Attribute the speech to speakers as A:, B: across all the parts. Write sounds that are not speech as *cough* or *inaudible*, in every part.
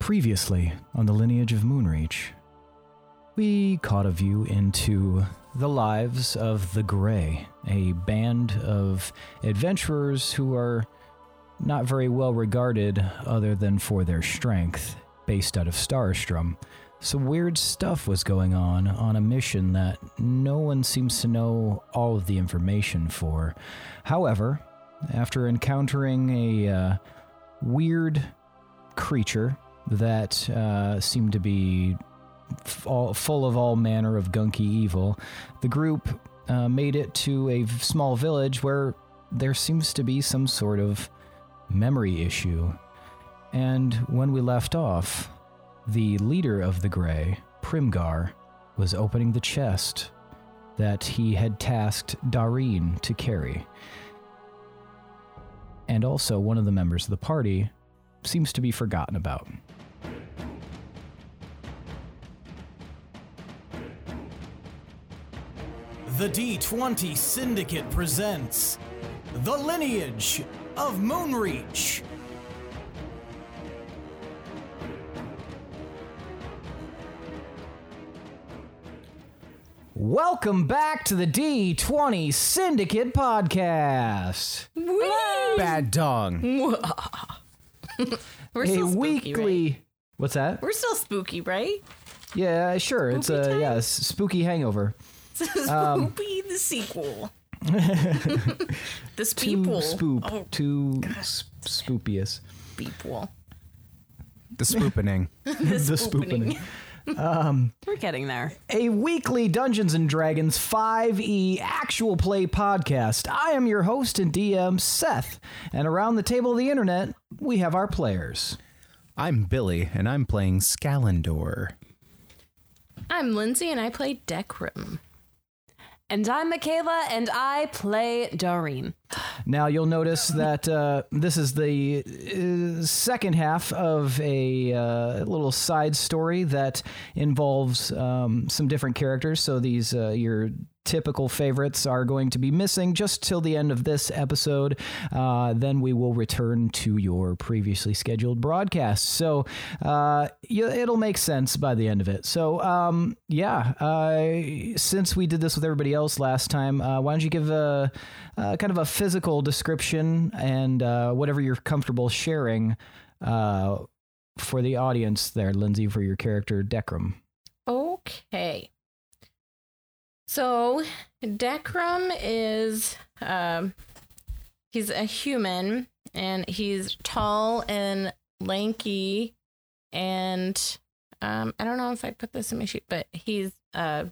A: Previously on the lineage of Moonreach, we caught a view into the lives of the Grey, a band of adventurers who are not very well regarded other than for their strength, based out of Starstrom. Some weird stuff was going on on a mission that no one seems to know all of the information for. However, after encountering a uh, weird creature that uh, seemed to be f- all, full of all manner of gunky evil, the group uh, made it to a v- small village where there seems to be some sort of memory issue. And when we left off, the leader of the Grey, Primgar, was opening the chest that he had tasked Dareen to carry. And also, one of the members of the party seems to be forgotten about.
B: The D20 Syndicate presents The Lineage of Moonreach.
A: Welcome back to the D20 Syndicate Podcast,
C: Bad dong.
D: We're
A: a
D: still spooky, right?
A: weekly. What's that?
D: We're still spooky, right? *laughs*
A: Yeah, sure. it's
D: Spooky
A: a
D: time?
A: yeah, s- spooky hangover.
D: Spoopy
A: Um, *laughs*
D: the sequel. the
A: Too
D: speeple.
A: spoop,
D: Oh,
A: too s- spoopious.
D: speeple.
A: *laughs*
D: *laughs*
C: The spoopening.
A: The,
D: spoopening.
A: spoopening. *laughs* Um,
E: We're getting there.
A: A weekly Dungeons and Dragons 5e actual play podcast. I am your host and DM Seth, and around the table of the internet, we have our players.
C: I'm Billy, and I'm playing Scalendor.
D: I'm Lindsay and I play Decrim.
E: And I'm Michaela, and I play Doreen.
A: Now you'll notice that uh, this is the uh, second half of a uh, little side story that involves um, some different characters. So these uh, your typical favorites are going to be missing just till the end of this episode. Uh, then we will return to your previously scheduled broadcast. So uh, you, it'll make sense by the end of it. So um, yeah, uh, since we did this with everybody else last time, uh, why don't you give a uh, kind of a physical description and uh, whatever you're comfortable sharing uh, for the audience there, Lindsay, for your character Decrum.
D: Okay. So Decrum is um he's a human and he's tall and lanky and um I don't know if I put this in my sheet, but he's uh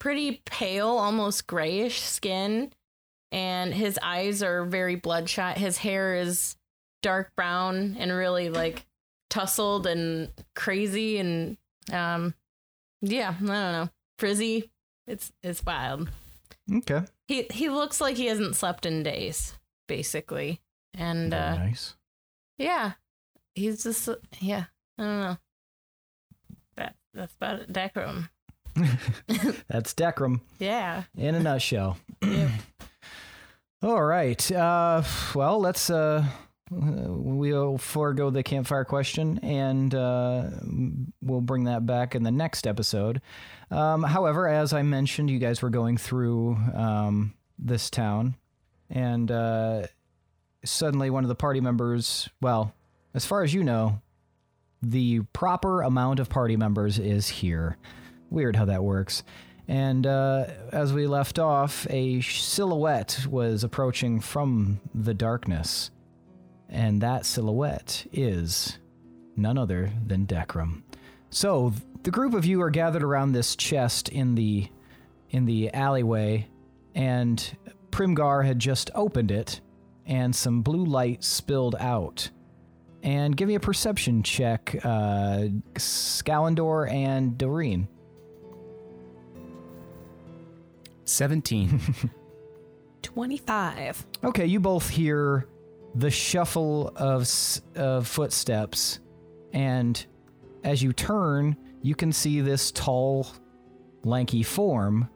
D: pretty pale, almost grayish skin, and his eyes are very bloodshot. His hair is dark brown and really like tousled and crazy and um yeah, I don't know. Frizzy. It's it's wild.
A: Okay,
D: He he looks like he hasn't slept in days, basically. And uh
A: nice.
D: yeah. He's just yeah, I don't know. That that's about it. Decrum.
A: That's Decrum
D: Yeah.
A: in a nutshell. *clears throat*
D: Yep.
A: All right. Uh, well, let's. Uh, uh, we'll forego the campfire question and uh, we'll bring that back in the next episode. Um, however, as I mentioned, you guys were going through um, this town, and uh, suddenly one of the party members, well, as far as you know, the proper amount of party members is here. Weird how that works. And uh, as we left off, a silhouette was approaching from the darkness. And that silhouette is none other than Decrum. So the group of you are gathered around this chest in the in the alleyway, and Primgar had just opened it, and some blue light spilled out. And give me a perception check, uh, Scalendor and Doreen.
C: 17.
E: 25.
A: Okay, you both hear the shuffle of, s- of footsteps, and as you turn, you can see this tall, lanky form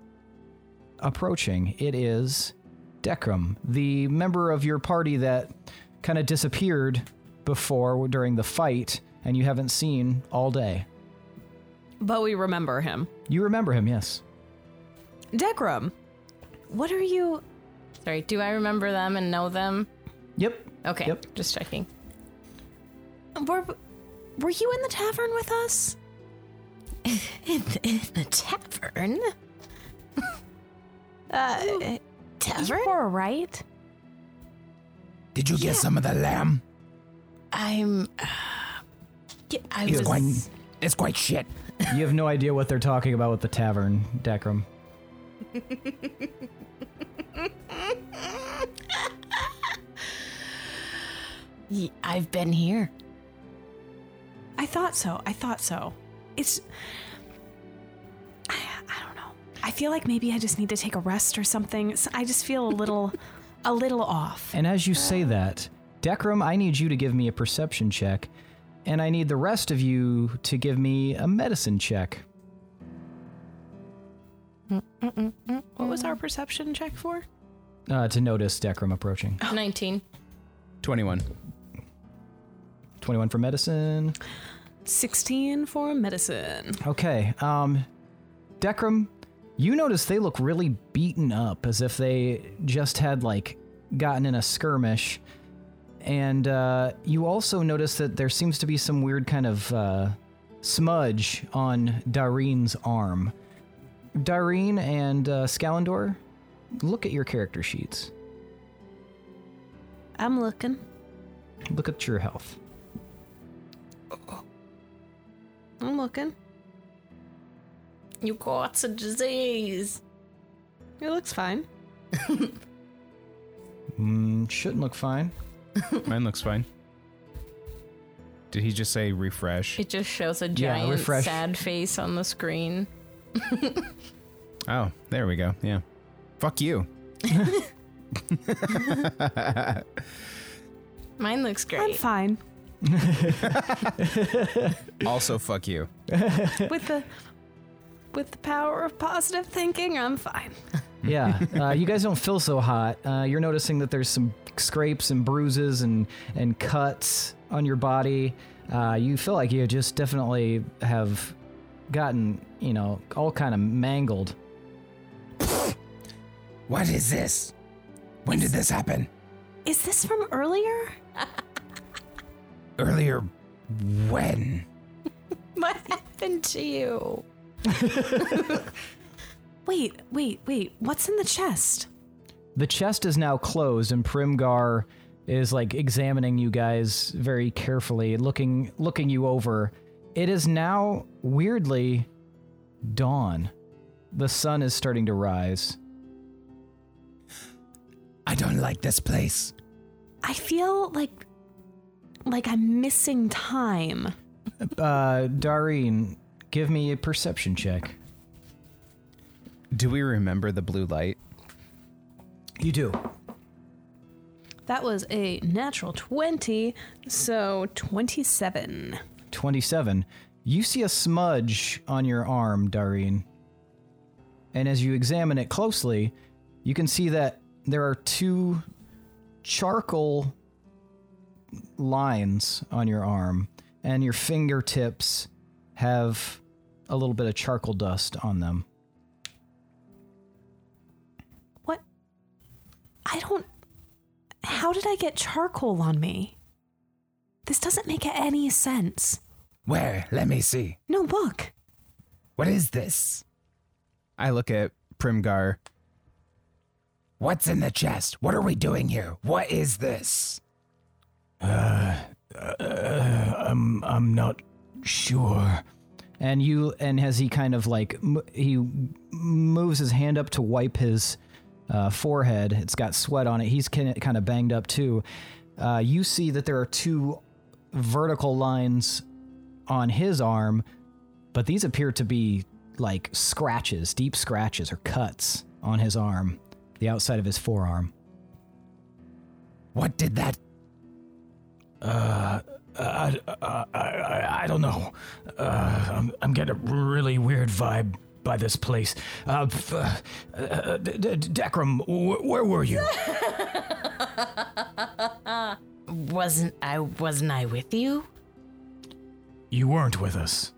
A: approaching. It is Decrum, the member of your party that kind of disappeared before during the fight and you haven't seen all day.
E: But we remember him.
A: You remember him, yes.
E: Decrum, what are you.
D: Sorry, do I remember them and know them?
A: Yep.
D: Okay,
A: Yep.
D: just checking.
E: Were, were you in the tavern with us?
D: *laughs* In, the tavern? uh,
E: You were, right?
C: *laughs* Did you get some of the lamb?
D: I'm. Uh, yeah, I was.
C: it's quite shit. *laughs*
A: You have no idea what they're talking about with the tavern, Decrum.
D: Y- I've been here.
E: I thought so. I thought so. It's. I, I don't know. I feel like maybe I just need to take a rest or something. So I just feel a little. a little off.
A: And as you say that, Decrum, I need you to give me a perception check, and I need the rest of you to give me a medicine check.
E: What was our perception check for?
A: Uh, to notice Decrum approaching.
C: Oh.
D: 19.
C: 21.
A: 21 for medicine.
E: 16 for medicine.
A: Okay. Um, Decrum, you notice they look really beaten up, as if they just had like gotten in a skirmish. And uh, you also notice that there seems to be some weird kind of uh, smudge on Dareen's arm. Dareen and uh, Scalendor, look at your character sheets.
E: I'm looking.
A: Look at your health.
E: I'm looking.
D: You got a *laughs* disease.
E: It looks fine.
A: Mm, shouldn't look fine.
C: Mine looks fine. Did he just say refresh?
D: It just shows a giant
A: refresh.
D: sad face on the screen.
C: Oh, there we go. Yeah. Fuck you.
D: Mine looks
E: I'm
D: great.
E: *laughs* fine.
C: Also, fuck you.
E: with the with the power of positive thinking, I'm fine.
A: Yeah, uh, you guys don't feel so hot. Uh, you're noticing that there's some scrapes and bruises and and cuts on your body. Uh, you feel like you just definitely have gotten, you know, all kind of mangled.
C: What is this? When did this happen?
E: Is this from earlier?
C: Earlier, when?
D: what happened to you?
E: Wait, wait, wait. What's in the chest?
A: The chest is now closed, and Primgar is like examining you guys very carefully, looking looking you over. It is now weirdly dawn. The sun is starting to rise.
C: I don't like this place.
E: I feel like like I'm missing time.
A: Uh, Dareen, give me a perception check.
C: Do we remember the blue light?
A: You do.
E: That was a natural 20, so 27.
A: 27. You see a smudge on your arm, Dareen. And as you examine it closely, you can see that there are two charcoal lines on your arm, and your fingertips have a little bit of charcoal dust on them.
E: What? I don't How did I get charcoal on me? This doesn't make any sense.
C: Where? Let me see.
E: No, look.
C: What is this? I look at Primgar. What's in the chest? What are we doing here? What is this?
A: I'm I'm not sure. And you and as he kind of like m- he m- moves his hand up to wipe his uh, forehead. It's got sweat on it. He's kin- kind of banged up too. Uh, you see that there are two vertical lines on his arm, but these appear to be like scratches, deep scratches or cuts on his arm, the outside of his forearm. *laughs*
C: What did that?
F: I, I, I, I don't know. Uh, I'm, I'm getting a really weird vibe by this place. Uh, f- uh, uh, D- D- Decrum, wh- where were you?
D: Wasn't I wasn't I with you?
F: you weren't with us.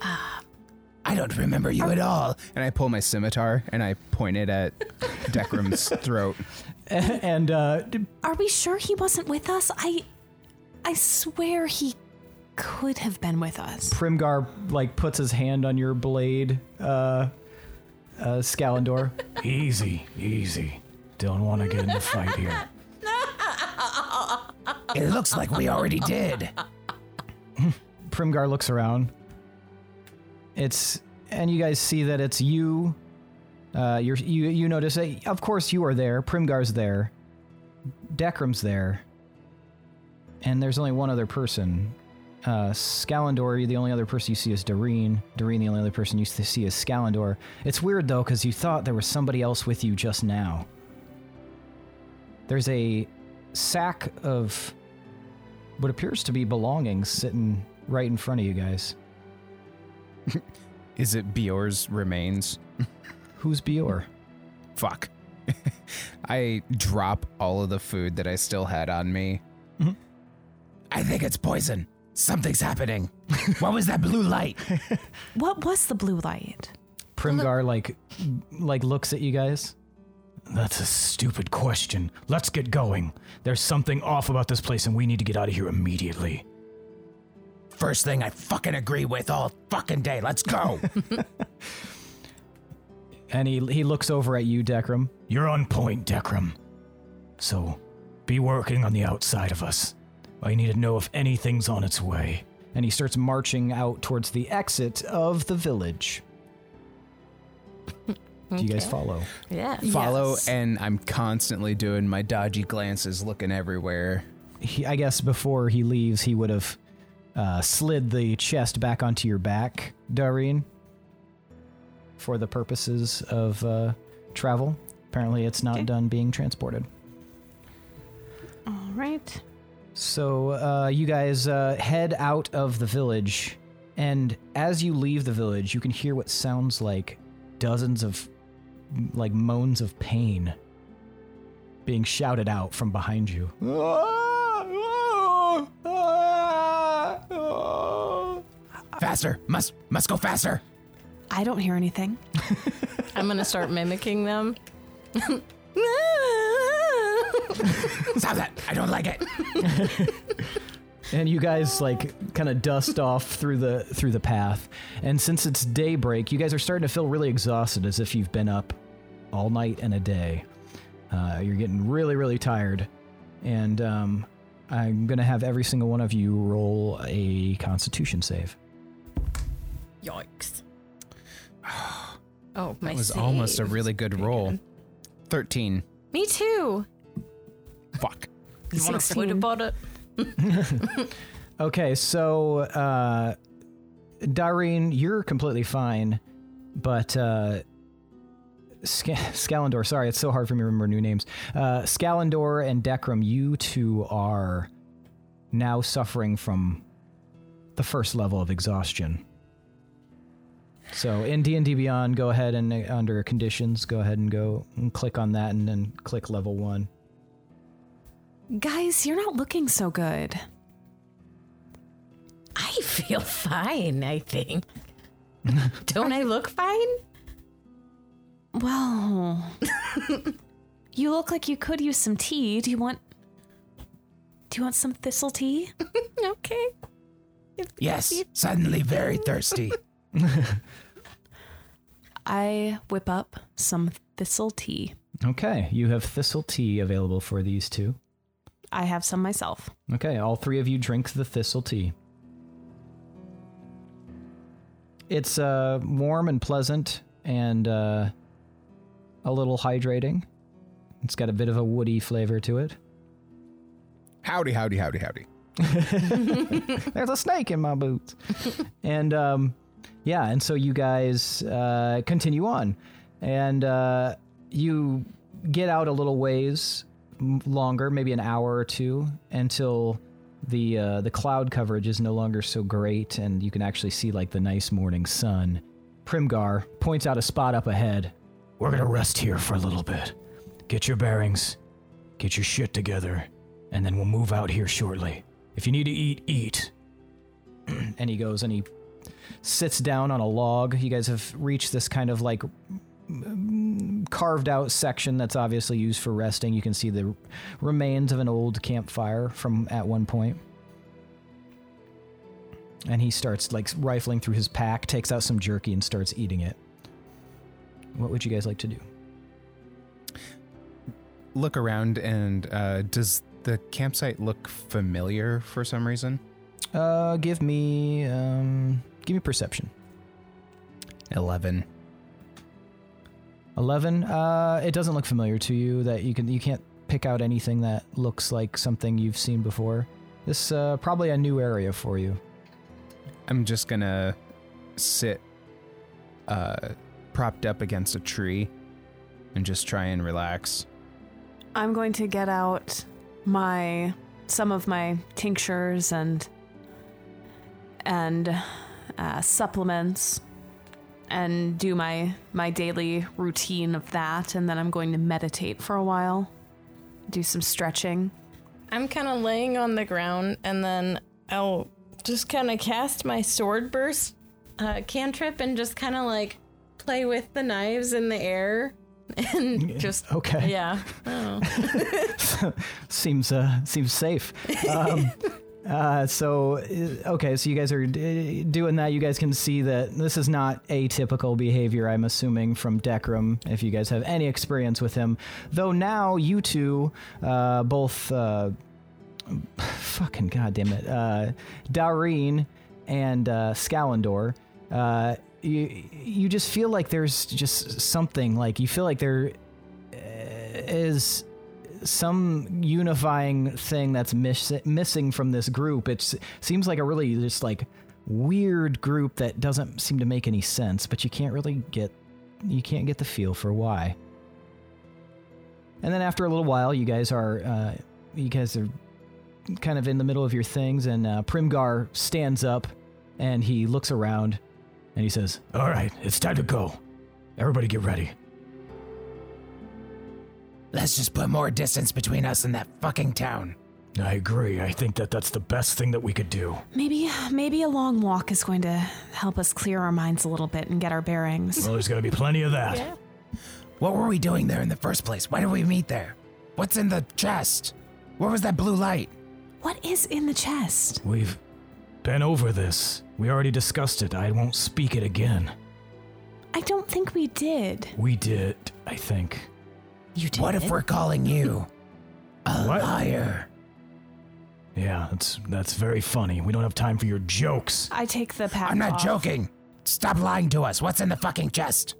C: I don't remember you at all. And I pull my scimitar and I point it at Decram's throat.
A: and uh, d-
E: Are we sure he wasn't with us? I I swear he could have been with us.
A: Primgar like puts his hand on your blade, uh, uh, Scalendor.
F: Easy, easy. Don't want to get in a fight here.
C: It looks like we already did.
A: Primgar looks around. It's and you guys see that it's you. Uh, you're, you you notice that of course you are there. Primgar's there. Dekram's there. And there's only one other person. Uh, Scalendor, the only other person you see is Doreen. Doreen, the only other person you see is Scalendor. It's weird though, because you thought there was somebody else with you just now. There's a sack of what appears to be belongings sitting right in front of you guys.
C: Is it Bior's remains?
A: Who's Bior?
C: Fuck. *laughs* I drop all of the food that I still had on me. I think it's poison. Something's happening. *laughs* what was that blue light?
E: What was the blue light?
A: Primgar like like looks at you guys.
F: That's a stupid question. Let's get going. There's something off about this place, and we need to get out of here immediately.
C: First thing I fucking agree with all fucking day. Let's go.
A: And he he looks over at you, Dekram.
F: You're on point, Dekram. So, be working on the outside of us. I need to know if anything's on its way.
A: And he starts marching out towards the exit of the village. Do you guys follow?
D: Yes.
C: Follow, and I'm constantly doing my dodgy glances, looking everywhere.
A: He, I guess before he leaves, he would have uh, slid the chest back onto your back, Doreen, for the purposes of uh, travel. Apparently, it's not done being transported.
E: All right.
A: So uh, you guys uh, head out of the village, and as you leave the village, you can hear what sounds like dozens of m- like moans of pain being shouted out from behind you.
C: Faster, must must go faster.
E: I don't hear anything.
D: I'm gonna start mimicking them.
C: Stop that! I don't like it.
A: And you guys like kind of dust off through the through the path. And since it's daybreak, you guys are starting to feel really exhausted, as if you've been up all night and a day. Uh, you're getting really really tired, and um, I'm gonna have every single one of you roll a Constitution save.
D: *laughs* Yikes. Oh, my
C: It was almost a
D: save.
C: really good roll. Thirteen.
D: Me too.
C: Fuck.
D: You want to float about it?
A: Okay, so uh, Dareen, you're completely fine, but uh, Sc- Scalendor, sorry, it's so hard for me to remember new names. Uh, Scalendor and Dekram, you two are now suffering from the first level of exhaustion. So in D and D Beyond, go ahead and uh, under conditions, go ahead and go and click on that, and then click level one.
E: Guys, you're not looking so good.
D: I feel fine, I
C: *laughs*
D: think. Don't I look fine?
E: Well, *laughs* you look like you could use some tea. Do you want Do you want some thistle tea?
D: Okay.
C: Yes. Suddenly very thirsty.
E: I whip up some thistle tea.
A: Okay, you have thistle tea available for these two.
E: I have some myself.
A: Okay, all three of you drink the thistle tea. It's uh, warm and pleasant and uh, a little hydrating. It's got a bit of a woody flavor to it.
C: *laughs* Howdy, howdy, howdy, howdy.
A: There's a snake in my boots. and um, yeah, and so you guys uh, continue on. And uh, you get out a little ways m- longer, maybe an hour or two, until the uh, the cloud coverage is no longer so great and you can actually see like the nice morning sun. Primgar points out a spot up ahead.
F: We're gonna rest here for a little bit. Get your bearings, get your shit together, and then we'll move out here shortly. If you need to eat, eat.
A: and he goes and he sits down on a log. You guys have reached this kind of like mm, carved out section that's obviously used for resting. You can see the remains of an old campfire from at one point. And he starts like rifling through his pack, takes out some jerky and starts eating it. What would you guys like to do?
C: Look around, and uh, does the campsite look familiar for some reason?
A: Uh, give me um, give me perception.
C: 11.
A: Eleven. Uh, it doesn't look familiar to you. That you can you can't pick out anything that looks like something you've seen before. This uh, probably a new area for you.
C: I'm just gonna sit uh, propped up against a tree and just try and relax.
E: I'm going to get out my some of my tinctures and and uh, supplements and do my my daily routine of that and then I'm going to meditate for a while. Do some stretching.
D: I'm kind of laying on the ground, and then I'll just kind of cast my sword burst uh, cantrip and just kind of like play with the knives in the air
C: *laughs*
D: and just
A: Okay.
D: yeah. Oh.
A: seems uh seems safe. Um, uh, so uh, okay, so you guys are d- doing that. You guys can see that this is not atypical behavior. I'm assuming from Decrum, if you guys have any experience with him. Though now you two, uh, both uh, fucking goddamn it, uh, Doreen and uh, Scalendor. Uh, you you just feel like there's just something like you feel like there uh, is some unifying thing that's miss- missing from this group. It seems like a really just like weird group that doesn't seem to make any sense, but you can't really get you can't get the feel for why. And then after a little while, you guys are uh, you guys are kind of in the middle of your things, and uh, Primgar stands up and he looks around and he says,
F: All right, it's time to go. Everybody get ready.
C: Let's just put more distance between us and that fucking town.
F: I agree. I think that that's the best thing that we could do.
E: Maybe maybe a long walk is going to help us clear our minds a little bit and get our bearings.
F: Well, there's going to be plenty of that.
D: Yeah.
C: What were we doing there in the first place? Why did we meet there? What's in the chest? Where was that blue light?
E: What is in the chest?
F: We've been over this. We already discussed it. I won't speak it again.
E: I don't think we did.
F: We did, I think.
D: You did.
C: What if we're calling you a
F: What?
C: liar?
F: Yeah, that's that's very funny. We don't have time for your jokes.
E: I take the pack.
C: I'm not
E: off.
C: joking. Stop lying to us. What's in the fucking chest?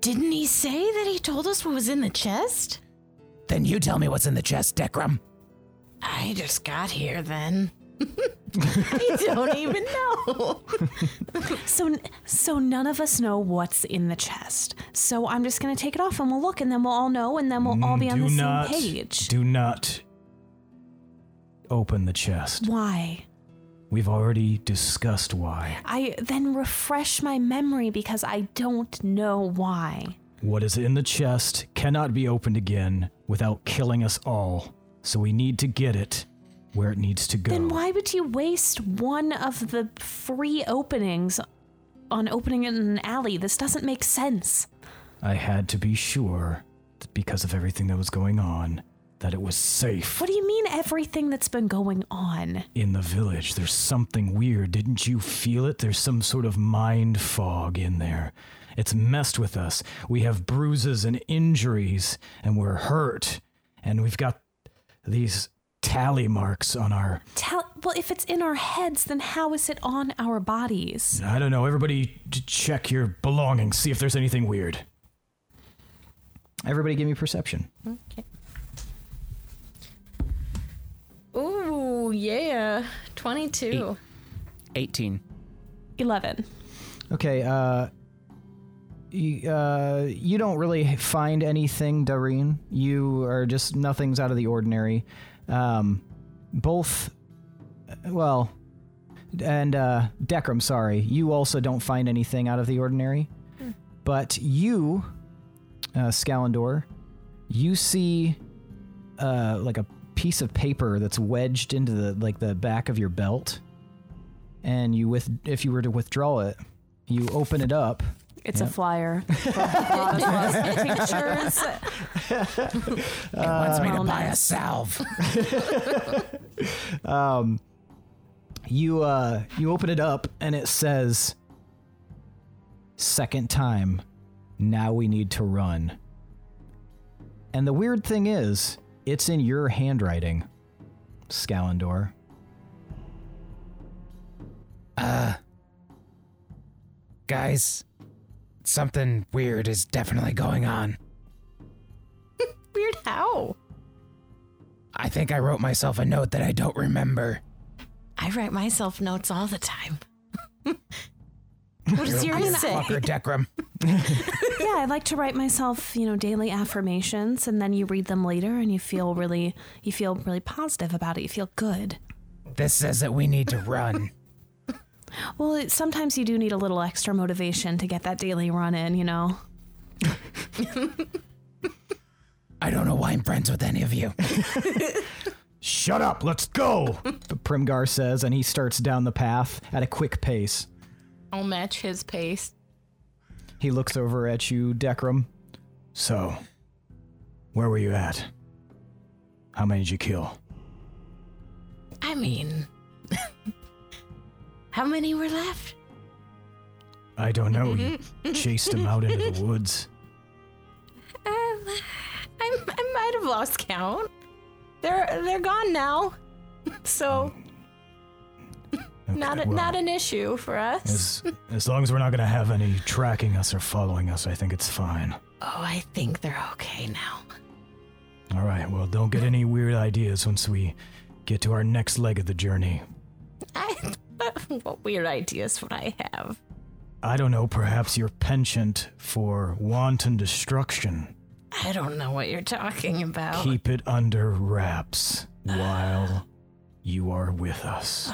D: Didn't he say that he told us what was in the chest?
C: Then you tell me what's in the chest, Dekram.
D: I just got here then. *laughs* I don't even know.
E: So, so none of us know what's in the chest. So I'm just gonna take it off, and we'll look, and then we'll all know, and then we'll all be on
F: Mm, do
E: the
F: not,
E: same page.
F: Do not open the chest.
E: Why?
F: We've already discussed why.
E: I then refresh my memory because I don't know why.
F: What is in the chest cannot be opened again without killing us all. So we need to get it where it needs to go.
E: Then why would you waste one of the free openings on opening it in an alley? This doesn't make sense.
F: I had to be sure, that because of everything that was going on, that it was safe.
E: What do you mean everything that's been going on?
F: in the village. There's something weird. Didn't you feel it? There's some sort of mind fog in there. It's messed with us. We have bruises and injuries, and we're hurt, and we've got these tally marks on our.
E: Tell well, if it's in our heads, then how is it on our bodies?
F: I don't know. Everybody, j- check your belongings. See if there's anything weird.
A: "Everybody, give me perception."
D: Ooh, yeah. 22.
C: 18.
E: Eleven.
A: Okay, uh you, uh, you don't really find anything, Doreen. You are just nothing's out of the ordinary. Um, both, well, and uh, Decrum, sorry, you also don't find anything out of the ordinary. But you, uh, Scalendor, you see uh, like a piece of paper that's wedged into the like the back of your belt and you with if you were to withdraw it, you open it up.
E: It's a
A: Yep.
C: *laughs*
E: flyer. Pictures.
C: It wants me to
E: well,
C: buy
E: no.
C: a salve.
A: You uh you open it up and it says second time. Now we need to run. And the weird thing is, it's in your handwriting, Scalendor.
C: Guys, something weird is definitely going on.
D: Weird how?
C: I think I wrote myself a note that I don't remember.
D: I write myself notes all the time. what does yours say?
C: Fucker Decrum.
E: yeah, I like to write myself, you know, daily affirmations, and then you read them later, and you feel really, you feel really positive about it. You feel good.
C: This says that we need to run.
E: *laughs* Well, it, sometimes you do need a little extra motivation to get that daily run in, you know.
C: I don't know why I'm friends with any of you.
F: Shut up, let's go.
A: Primgar says, and he starts down the path at a quick pace.
D: I'll match his pace.
A: He looks over at you, Decrum.
F: so, where were you at? How many did you kill?
D: I mean, *laughs* how many were left?
F: I don't know.
D: *laughs*
F: You chased him out into the woods.
D: Uh, I, I might have lost count. They're they're gone now, *laughs* so not a,
F: Okay, well,
D: not an issue for us.
F: As, as long as we're not going to have any tracking us or following us, I think it's fine.
D: Oh, I think they're okay now.
F: All right, well, don't get any weird ideas once we get to our next leg of the journey.
D: I, *laughs* what weird ideas would I have?
F: I don't know, perhaps your penchant for wanton destruction.
D: I don't know what you're talking about.
F: Keep it under wraps while you are with us.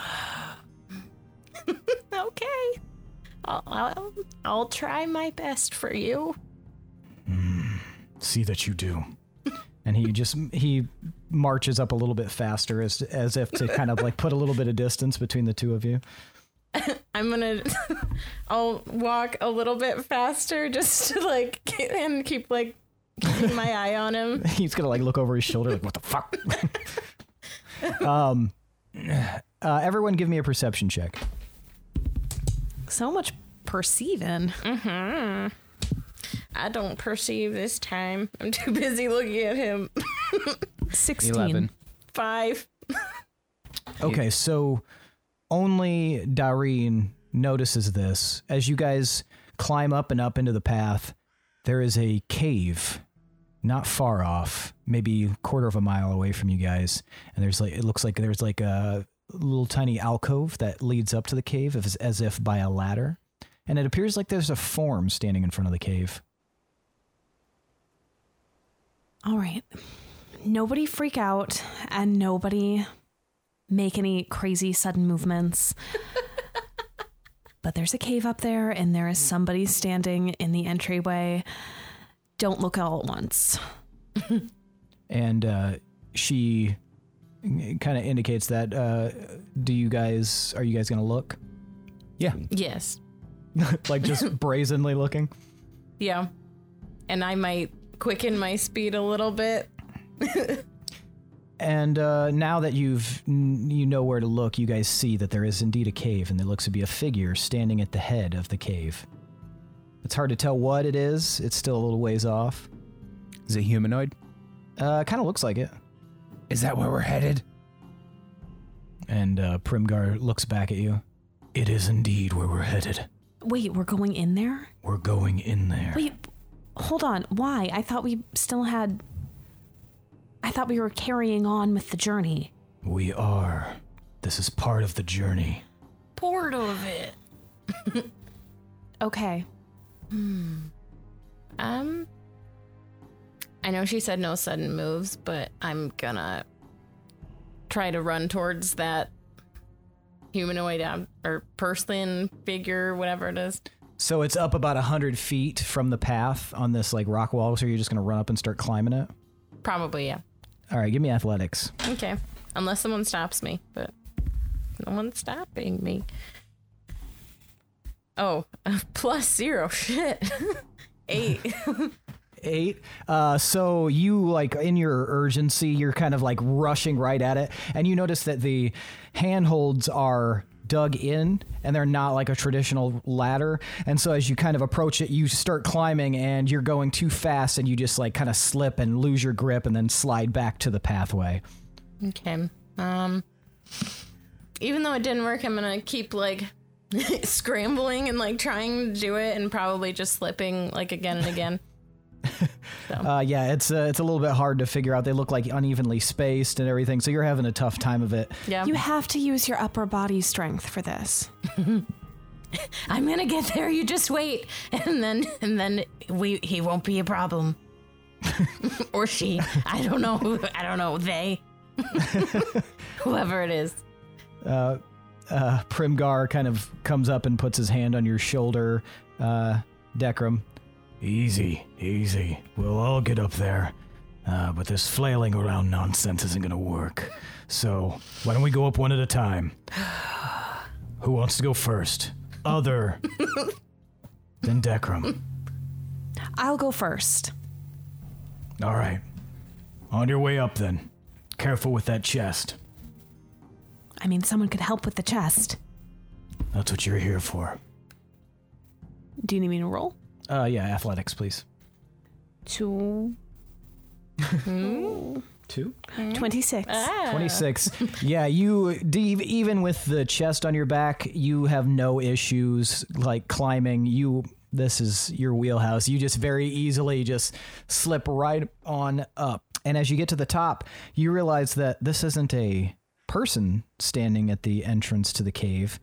D: okay, I'll, I'll I'll try my best for you.
F: See that you do.
A: And he just he marches up a little bit faster as as if to kind of like put a little bit of distance between the two of you. *laughs*
D: I'm gonna *laughs* I'll walk a little bit faster just to like *laughs* and keep like keeping my eye on him.
A: He's gonna like look over his shoulder like what the fuck? *laughs* um uh, everyone give me a perception check.
E: So much perceiving.
D: I don't perceive this time. *laughs* I'm too busy looking at him.
E: Sixteen.
D: Five.
A: Okay, so only Dareen notices this. As you guys climb up and up into the path, there is a cave not far off, maybe a quarter of a mile away from you guys. And there's like it looks like there's like a little tiny alcove that leads up to the cave as, as if by a ladder. And it appears like there's a form standing in front of the cave.
E: All right. Nobody freak out and nobody make any crazy sudden movements. but there's a cave up there and there is somebody standing in the entryway. Don't look all at once.
A: and uh, she kind of indicates that uh, do you guys are you guys gonna look *laughs* yeah
D: Yes.
A: like just brazenly looking
D: Yeah. And I might quicken my speed a little bit.
A: and uh, now that you've n- you know where to look you guys see that there is indeed a cave and there looks to be a figure standing at the head of the cave it's hard to tell what it is it's still a little ways off
C: Is it humanoid?
A: uh, kind of looks like it
C: Is that where we're headed?
A: and uh, primgar looks back at you
F: It is indeed where we're headed.
E: Wait, we're going in there?
F: We're going in there.
E: Wait, hold on. Why? I thought we still had. I thought we were carrying on with the journey.
F: We are. This is part of the journey.
D: Bored of it.
E: Okay.
D: Um I know she said no sudden moves, but I'm gonna try to run towards that humanoid ob- or person figure, whatever it is.
A: so it's up about 100 feet from the path on this like rock wall so you're just gonna run up and start climbing it
D: Probably, yeah.
A: all right give me athletics
D: Okay. Unless someone stops me, but no one's stopping me. Oh, *laughs* plus zero. *laughs* Shit. Eight. *laughs*
A: eight. Uh, so you like in your urgency, you're kind of like rushing right at it, and you notice that the handholds are dug in and they're not like a traditional ladder. And so as you kind of approach it, you start climbing and you're going too fast, and you just like kind of slip and lose your grip, and then slide back to the pathway.
D: okay. Um. Even though it didn't work, I'm gonna keep like *laughs* scrambling and like trying to do it, and probably just slipping like again and again.
A: Uh, yeah, it's uh, it's a little bit hard to figure out. They look like unevenly spaced and everything, so you're having a tough time of it.
D: Yeah.
E: You have to use your upper body strength for this.
D: I'm gonna get there. You just wait, *laughs* and then and then we he won't be a problem, *laughs* or she. I don't know. Who, I don't know. They, *laughs* whoever it is.
A: uh, Primgar kind of comes up and puts his hand on your shoulder, uh, Dekram.
F: Easy, easy. We'll all get up there. Uh, but this flailing around nonsense isn't gonna work. So, why don't we go up one at a time? Who wants to go first? Other than Dekram.
E: I'll go first.
F: All right. On your way up, then. Careful with that chest.
E: I mean, someone could help with the chest.
F: That's what you're here for.
E: Do you need me to roll?
A: Uh, yeah, athletics, please.
E: Two.
A: Two?
D: Mm-hmm.
E: 26.
D: Uh-huh. Ah, Uh.
A: 26. yeah, you, d- even with the chest on your back, you have no issues like climbing. You, this is your wheelhouse. You just very easily just slip right on up. And as you get to the top, you realize that this isn't a person standing at the entrance to the cave,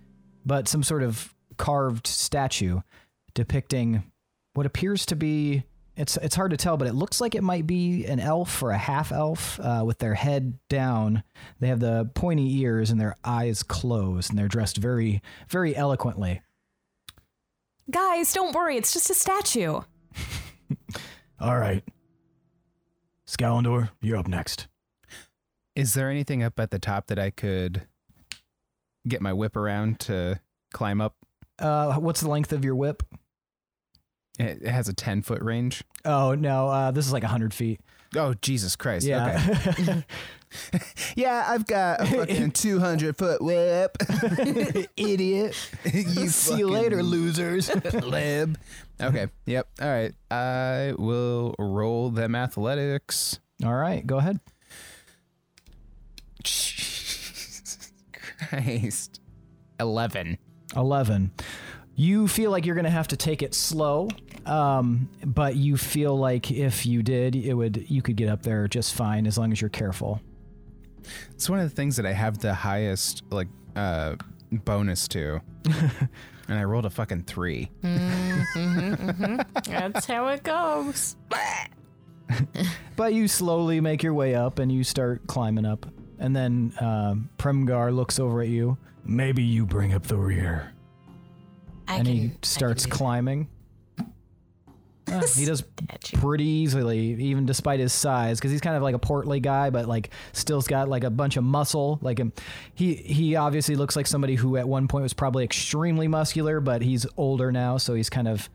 A: but some sort of carved statue depicting what appears to be it's it's hard to tell, but it looks like it might be an elf or a half elf uh, with their head down. They have the pointy ears and their eyes closed, and they're dressed very very eloquently.
E: Guys, don't worry. It's just a statue.
F: All right. Scalandor, you're up next.
C: Is there anything up at the top that I could get my whip around to climb up?
A: Uh, what's the length of your whip?
C: It it has a 10 foot range.
A: Oh no, uh, this is like hundred feet.
C: Oh, Jesus Christ. Okay.
A: Yeah,
C: *laughs*
A: *laughs*
C: Yeah, I've *laughs* got a fucking 200 foot whip. *laughs*
A: idiot.
C: you
A: See you later, losers. *laughs*
C: lib. Okay. Yep. All right. I will roll them athletics.
A: All right, go ahead.
C: Jesus Christ. 11.
A: Eleven. You feel like you're gonna have to take it slow, um, but you feel like if you did, it would you could get up there just fine as long as you're careful.
C: It's one of the things that I have the highest like uh
A: *laughs*
C: bonus to. and I rolled a fucking 3.
D: That's how it goes.
A: But you slowly make your way up and you start climbing up. And then um, Premgar looks over at you
F: Maybe you bring up the rear.
D: I
A: and
D: can- I
A: he
D: can
A: starts
D: do
A: climbing.
D: *laughs*
A: Uh, he does
D: that.
A: pretty easily, even despite his size, because he's kind of like a portly guy, but like still's got like a bunch of muscle. Like him, he he obviously looks like somebody who at one point was probably extremely muscular, but he's older now, so he's kind of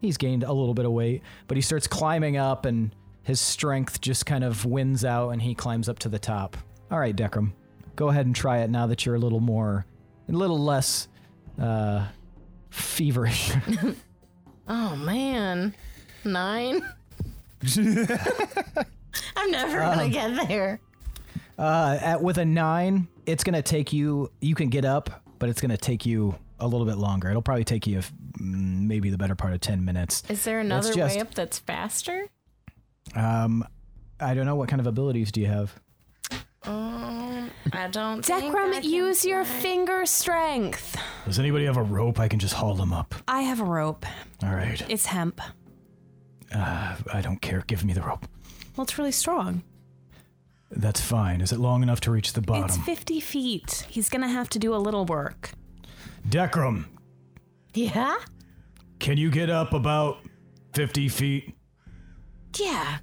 A: he's gained a little bit of weight. But he starts climbing up, and his strength just kind of wins out, and he climbs up to the top. All right, Dekram, go ahead and try it now that you're a little more, a little less uh, feverish. *laughs*
D: Oh man,
A: *laughs*
D: nine. I'm never
A: Uh-huh.
D: gonna get there.
A: Uh, at with a nine, it's gonna take you. You can get up, but it's gonna take you a little bit longer. It'll probably take you mm, maybe the better part of ten minutes.
D: Is there another
A: just-
D: way up that's faster?
A: Um, I don't know what kind of abilities do you have.
D: Um, I don't. think I
E: Zekrom,
D: can
E: use your
D: fly.
E: finger strength.
F: Does anybody have a rope? I can just haul them up.
E: I have a rope.
F: All right.
E: It's hemp.
F: Uh, I don't care. Give me the rope.
E: Well, it's really strong.
F: That's fine. Is it long enough to reach the
E: It's
F: bottom?
E: 50 feet. He's going to have to do a little work.
F: Dekram,
D: Yeah.
F: can you get up about 50 feet?
D: Yeah.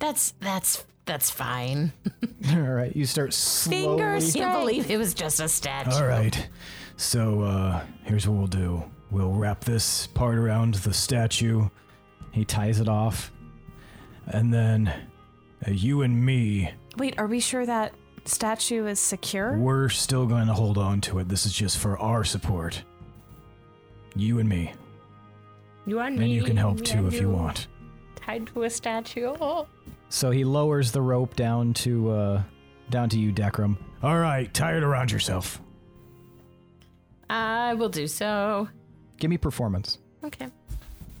D: That's that's that's fine.
A: *laughs* All right, you start slowly.
E: Fingers.
D: Can't believe it was just a statue.
F: All right. So uh, here's what we'll do We'll wrap this part around the statue. He ties it off. And then uh, you and me,
E: Wait, are we sure that statue is secure?
F: we're still going to hold on to it. This is just for our support. You and me.
D: You and
F: And
D: me.
F: you can help
D: me
F: too
D: and
F: if you want.
D: Tied to a statue. Oh.
A: So he lowers the rope down to uh, down to you, Decrum.
F: All right, tie it around yourself.
D: I will do so.
A: Give me performance,
D: Okay.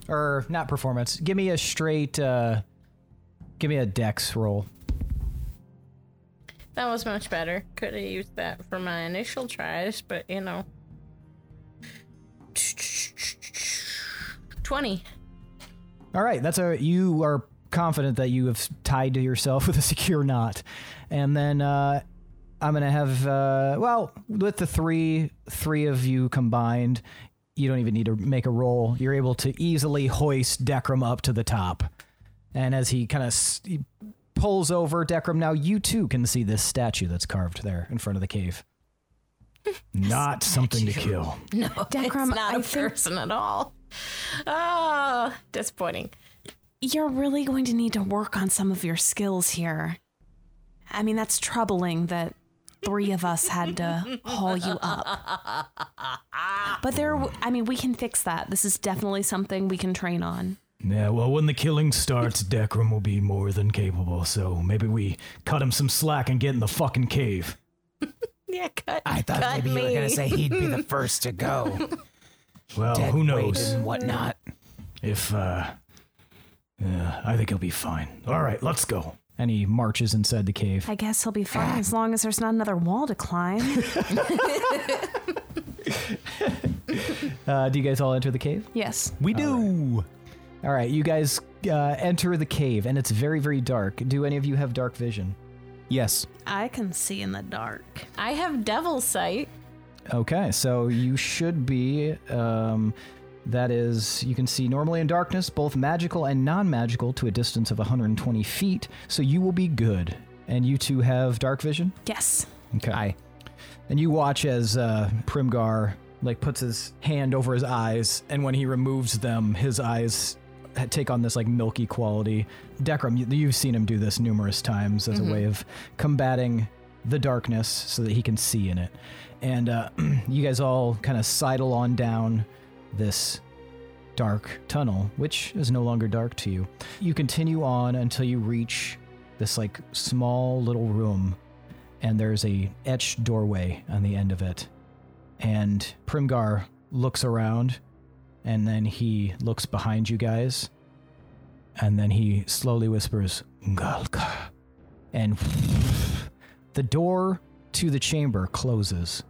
A: or not performance. Give me a straight. Uh, give me a dex roll.
D: That was much better. Could have used that for my initial tries, but you know. 20.
A: All right, that's a you are confident that you have tied to yourself *laughs* with a secure knot, and then uh, I'm gonna have uh, well with the three three of you combined, you don't even need to make a roll. You're able to easily hoist Decrum up to the top, and as he kind of s- he pulls over Decrum, now you too can see this statue that's carved there in front of the cave.
F: Not something to kill.
D: No,
E: Decrum,
D: it's not a
E: I think-
D: person at all. Oh, disappointing.
E: You're really going to need to work on some of your skills here. I mean, that's troubling that three of us had to haul you up. But there, w- I mean, we can fix that. This is definitely something we can train on.
F: Yeah, well, when the
D: *laughs*
F: killing starts, Decrum will be more than capable, so maybe we cut him some slack and get in the fucking cave.
D: Yeah, cut.
C: I thought
D: cut
C: maybe
D: me.
C: you were gonna say he'd
D: *laughs*
C: be the first to go.
F: Well,
C: Dead
F: who
C: weight
F: knows?
C: and whatnot.
F: If, uh, yeah, I think he'll be fine. All right, let's go.
A: And he marches inside the cave.
E: I guess he'll be fine as long as there's not another wall to *laughs* climb.
A: Uh, do you guys all enter the cave?
E: Yes.
A: We do. All right, you guys uh, enter the cave, and it's very, very dark. Do any of you have dark vision?
C: Yes.
E: I can see in the dark.
D: I have devil sight.
A: Okay, so you should be. Um, that is, you can see normally in darkness, both magical and non magical, to a distance of 120 feet, so you will be good. And you two have dark vision?
E: Yes.
A: Okay.
C: I
A: And you watch as uh, Primgar like puts his hand over his eyes, and when he removes them, his eyes ha- take on this like milky quality. Dekram, you, you've seen him do this numerous times as a way of combating the darkness so that he can see in it. And uh, *clears throat* you guys all kind of sidle on down this dark tunnel, which is no longer dark to you. You continue on until you reach this like small little room and there's a etched doorway on the end of it. And Primgar looks around and then he looks behind you guys and then he slowly whispers Ngalka. And the door to the chamber closes.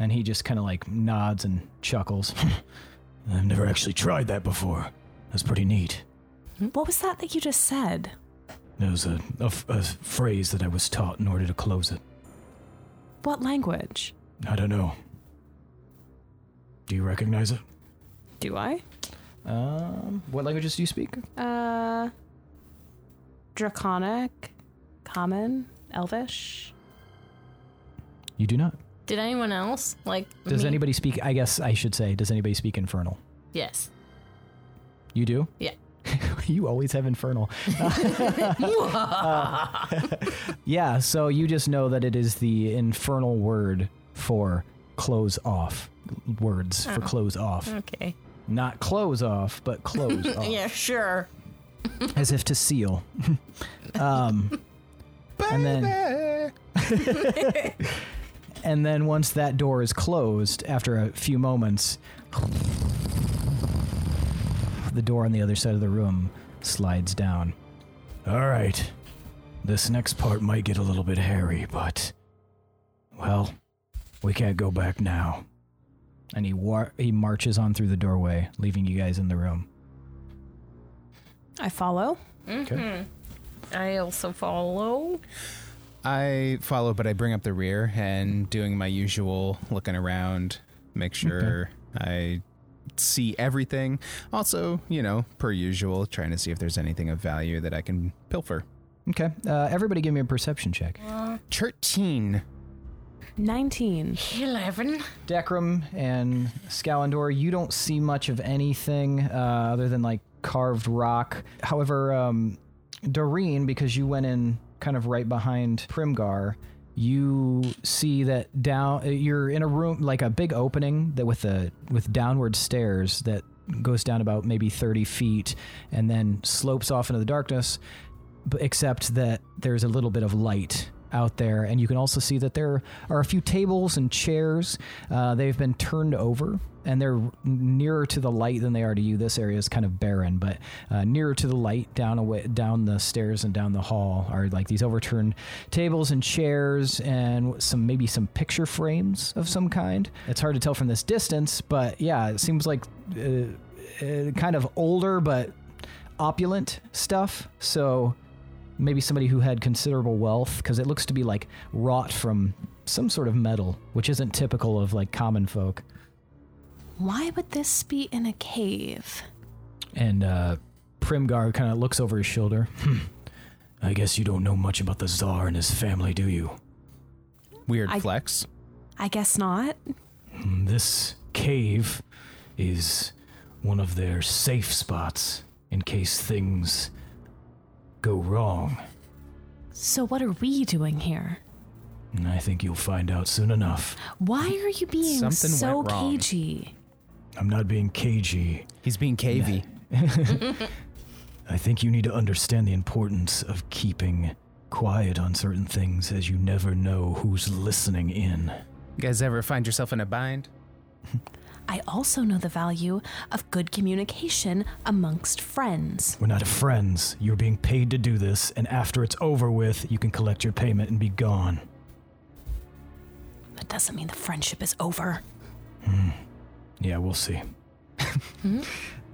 A: And he just kind of like nods and chuckles.
F: I've never actually tried that before. That's pretty neat.
E: What was that that you just said?
F: That was a, a f- a phrase that I was taught in order to close it.
E: What language?
F: I don't know. Do you recognize it?
E: Do I?
A: um, what languages do you speak?
E: Uh. Draconic, common, elvish.
A: You do not.
D: Did anyone else? Like,
A: Does
D: me?
A: anybody speak? I guess I should say, does anybody speak Infernal?
D: Yes.
A: You do?
D: Yeah.
A: *laughs* you always have infernal.
D: *laughs*
A: Uh, *laughs* yeah, so you just know that it is the infernal word for close off. Words
F: *laughs*
A: for close off.
D: Okay.
A: Not close off, but close off.
D: Mm. *laughs* Yeah, sure. *laughs*
A: As if to seal. *laughs* um, and then And then once that door is closed after a few moments the door on the other side of the room slides down.
F: All right. This next part might get a little bit hairy, but. Well, we can't go back now.
A: and he war- he marches on through the doorway, leaving you guys in the room.
E: I follow.
D: I also follow.
C: I follow, but I bring up the rear and doing my usual looking around, make sure I see everything. Also, you know, per usual, trying to see if there's anything of value that I can pilfer.
A: Okay, uh, everybody, give me a perception check.
C: 13.
E: 19.
D: 11.
A: Dekram and Scalendor, you don't see much of anything uh, other than like carved rock. However, um, Doreen, because you went in kind of right behind Primgar, you see that down. uh, You're in a room like a big opening that with the with downward stairs that goes down about maybe 30 feet and then slopes off into the darkness b- except that there's a little bit of light out there, and you can also see that there are a few tables and chairs. Uh, they've been turned over, and they're nearer to the light than they are to you. This area is kind of barren, but uh, nearer to the light, down away, down the stairs and down the hall are like these overturned tables and chairs, and some maybe some picture frames of some kind. It's hard to tell from this distance, but yeah, it seems like uh, uh, kind of older but opulent stuff. So maybe somebody who had considerable wealth because it looks to be like wrought from some sort of metal which isn't typical of like common folk
E: Why would this be in a cave?
A: and uh primgar kind of looks over his shoulder
F: I guess you don't know much about the Tsar and his family, do you?
C: Weird
E: I-
C: flex.
E: I guess not.
F: Hmm, This cave is one of their safe spots in case things go wrong.
E: So, what are we doing here?
F: And I think you'll find out soon enough.
E: Why are you being
C: Something
E: so
C: went wrong.
E: cagey?
F: I'm not being cagey.
C: He's being cavey.
F: I think you need to understand the importance of keeping quiet on certain things as you never know who's listening in.
C: You guys ever find yourself in a bind?
E: I also know the value of good communication amongst friends.
F: We're not friends. You're being paid to do this, and after it's over with, you can collect your payment and be gone.
E: That doesn't mean the friendship is over.
F: Yeah, we'll see.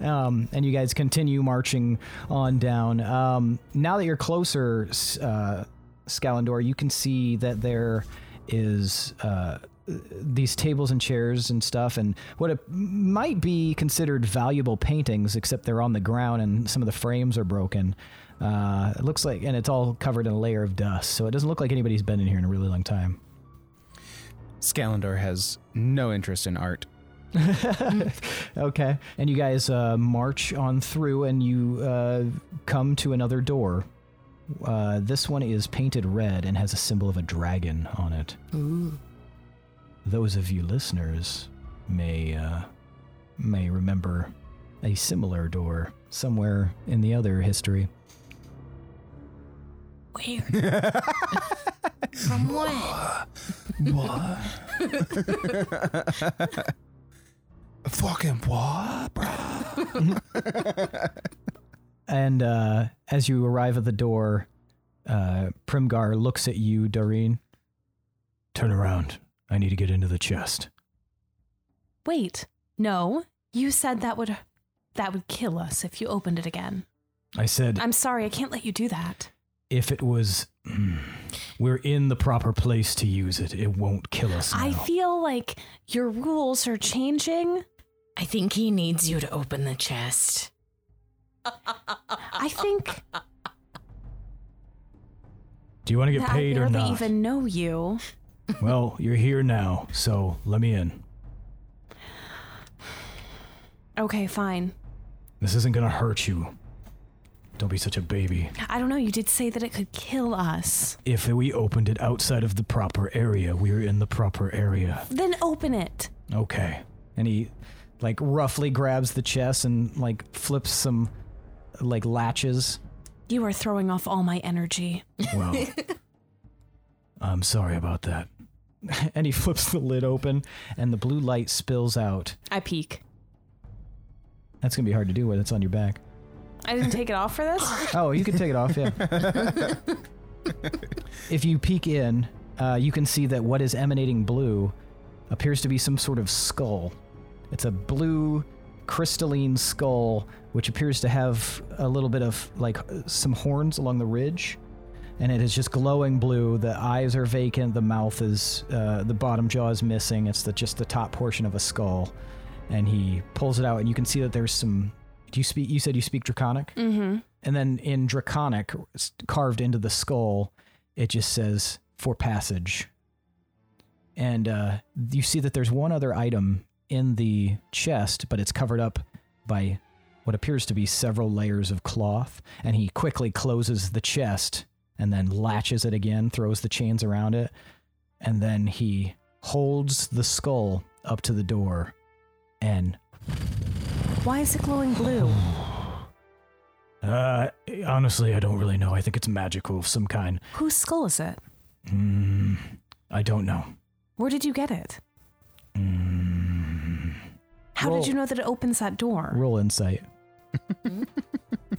A: um, and you guys continue marching on down. Um, now that you're closer, S- uh, Scalendor, you can see that there is uh, these tables and chairs and stuff, and what it might be considered valuable paintings, except they're on the ground and some of the frames are broken. Uh, it looks like, and it's all covered in a layer of dust, so it doesn't look like anybody's been in here in a really long time.
C: Scalendor has no interest in art.
A: *laughs* Okay. And you guys uh, march on through and you uh, come to another door. Uh, this one is painted red and has a symbol of a dragon on it.
D: Ooh.
A: Those of you listeners may uh, may remember a similar door somewhere in the other history.
D: Weird. From what?
C: What? Fucking what, bro?
A: And uh, as you arrive at the door, uh, Primgar looks at you, Doreen.
F: Turn around. I need to get into the chest.
E: Wait, no. You said that would that would kill us if you opened it again.
F: I said,
E: I'm sorry, I can't let you do that.
F: if it was. hmm, We're in the proper place to use it. It won't kill us. Now.
E: I feel like your rules are changing.
D: I think he needs you to open the chest.
E: I think
F: Do you want to get
E: that I
F: paid or
E: barely
F: not?
E: even *laughs* know you.
F: well, you're here now, so let me in.
E: Okay, fine.
F: This isn't gonna hurt you. Don't be such a baby.
E: I don't know, you did say that it could kill us.
F: If we opened it outside of the proper area, we're in the proper area.
E: Then open it.
F: Okay.
A: and he like roughly grabs the chest and like flips some like latches
E: You are throwing off all my energy.
A: *laughs*
F: Well, I'm sorry about that.
A: and he flips the lid open and the blue light spills out
E: I peek.
A: that's gonna be hard to do when it's on your back
E: I didn't take it off for
F: *laughs*
E: this.
A: oh you can take it off yeah if you peek in uh, you can see that what is emanating blue appears to be some sort of skull it's a blue crystalline skull which appears to have a little bit of like some horns along the ridge and it is just glowing blue. The eyes are vacant. The mouth is, uh, the bottom jaw is missing. It's the, just the top portion of a skull. And he pulls it out, and you can see that there's some. Do you speak? You said you speak Draconic. Mm-hmm. And then in Draconic, s- carved into the skull, it just says "for passage." and uh, you see that there's one other item in the chest, but it's covered up by what appears to be several layers of cloth. And he quickly closes the chest and then latches it again, throws the chains around it, and then he holds the skull up to the door and
E: Why is it glowing blue?
F: Uh, honestly, I don't really know. I think it's magical of some kind.
E: Whose skull is it?
F: Mm, I don't know.
E: Where did you get it?
F: Mm,
E: How
A: Roll-
E: did you know that it opens that door?
A: roll insight.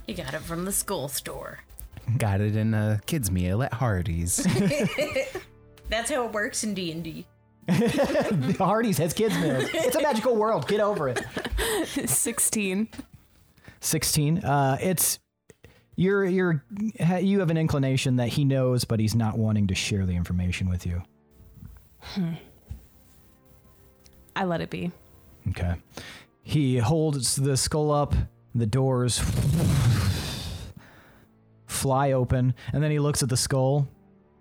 D: You got it from the school store.
C: *laughs* Got it in a kids' meal
D: *laughs*
C: at Hardee's.
D: That's how it works in D and D.
A: *laughs* the Hardee's has kids' meals. It's a magical world. Get over it.
E: *laughs* 16.
A: 16 uh it's you're you're ha- you have an inclination that he knows but he's not wanting to share the information with you
E: I let it be.
A: okay he holds the skull up the doors fly open and then he looks at the skull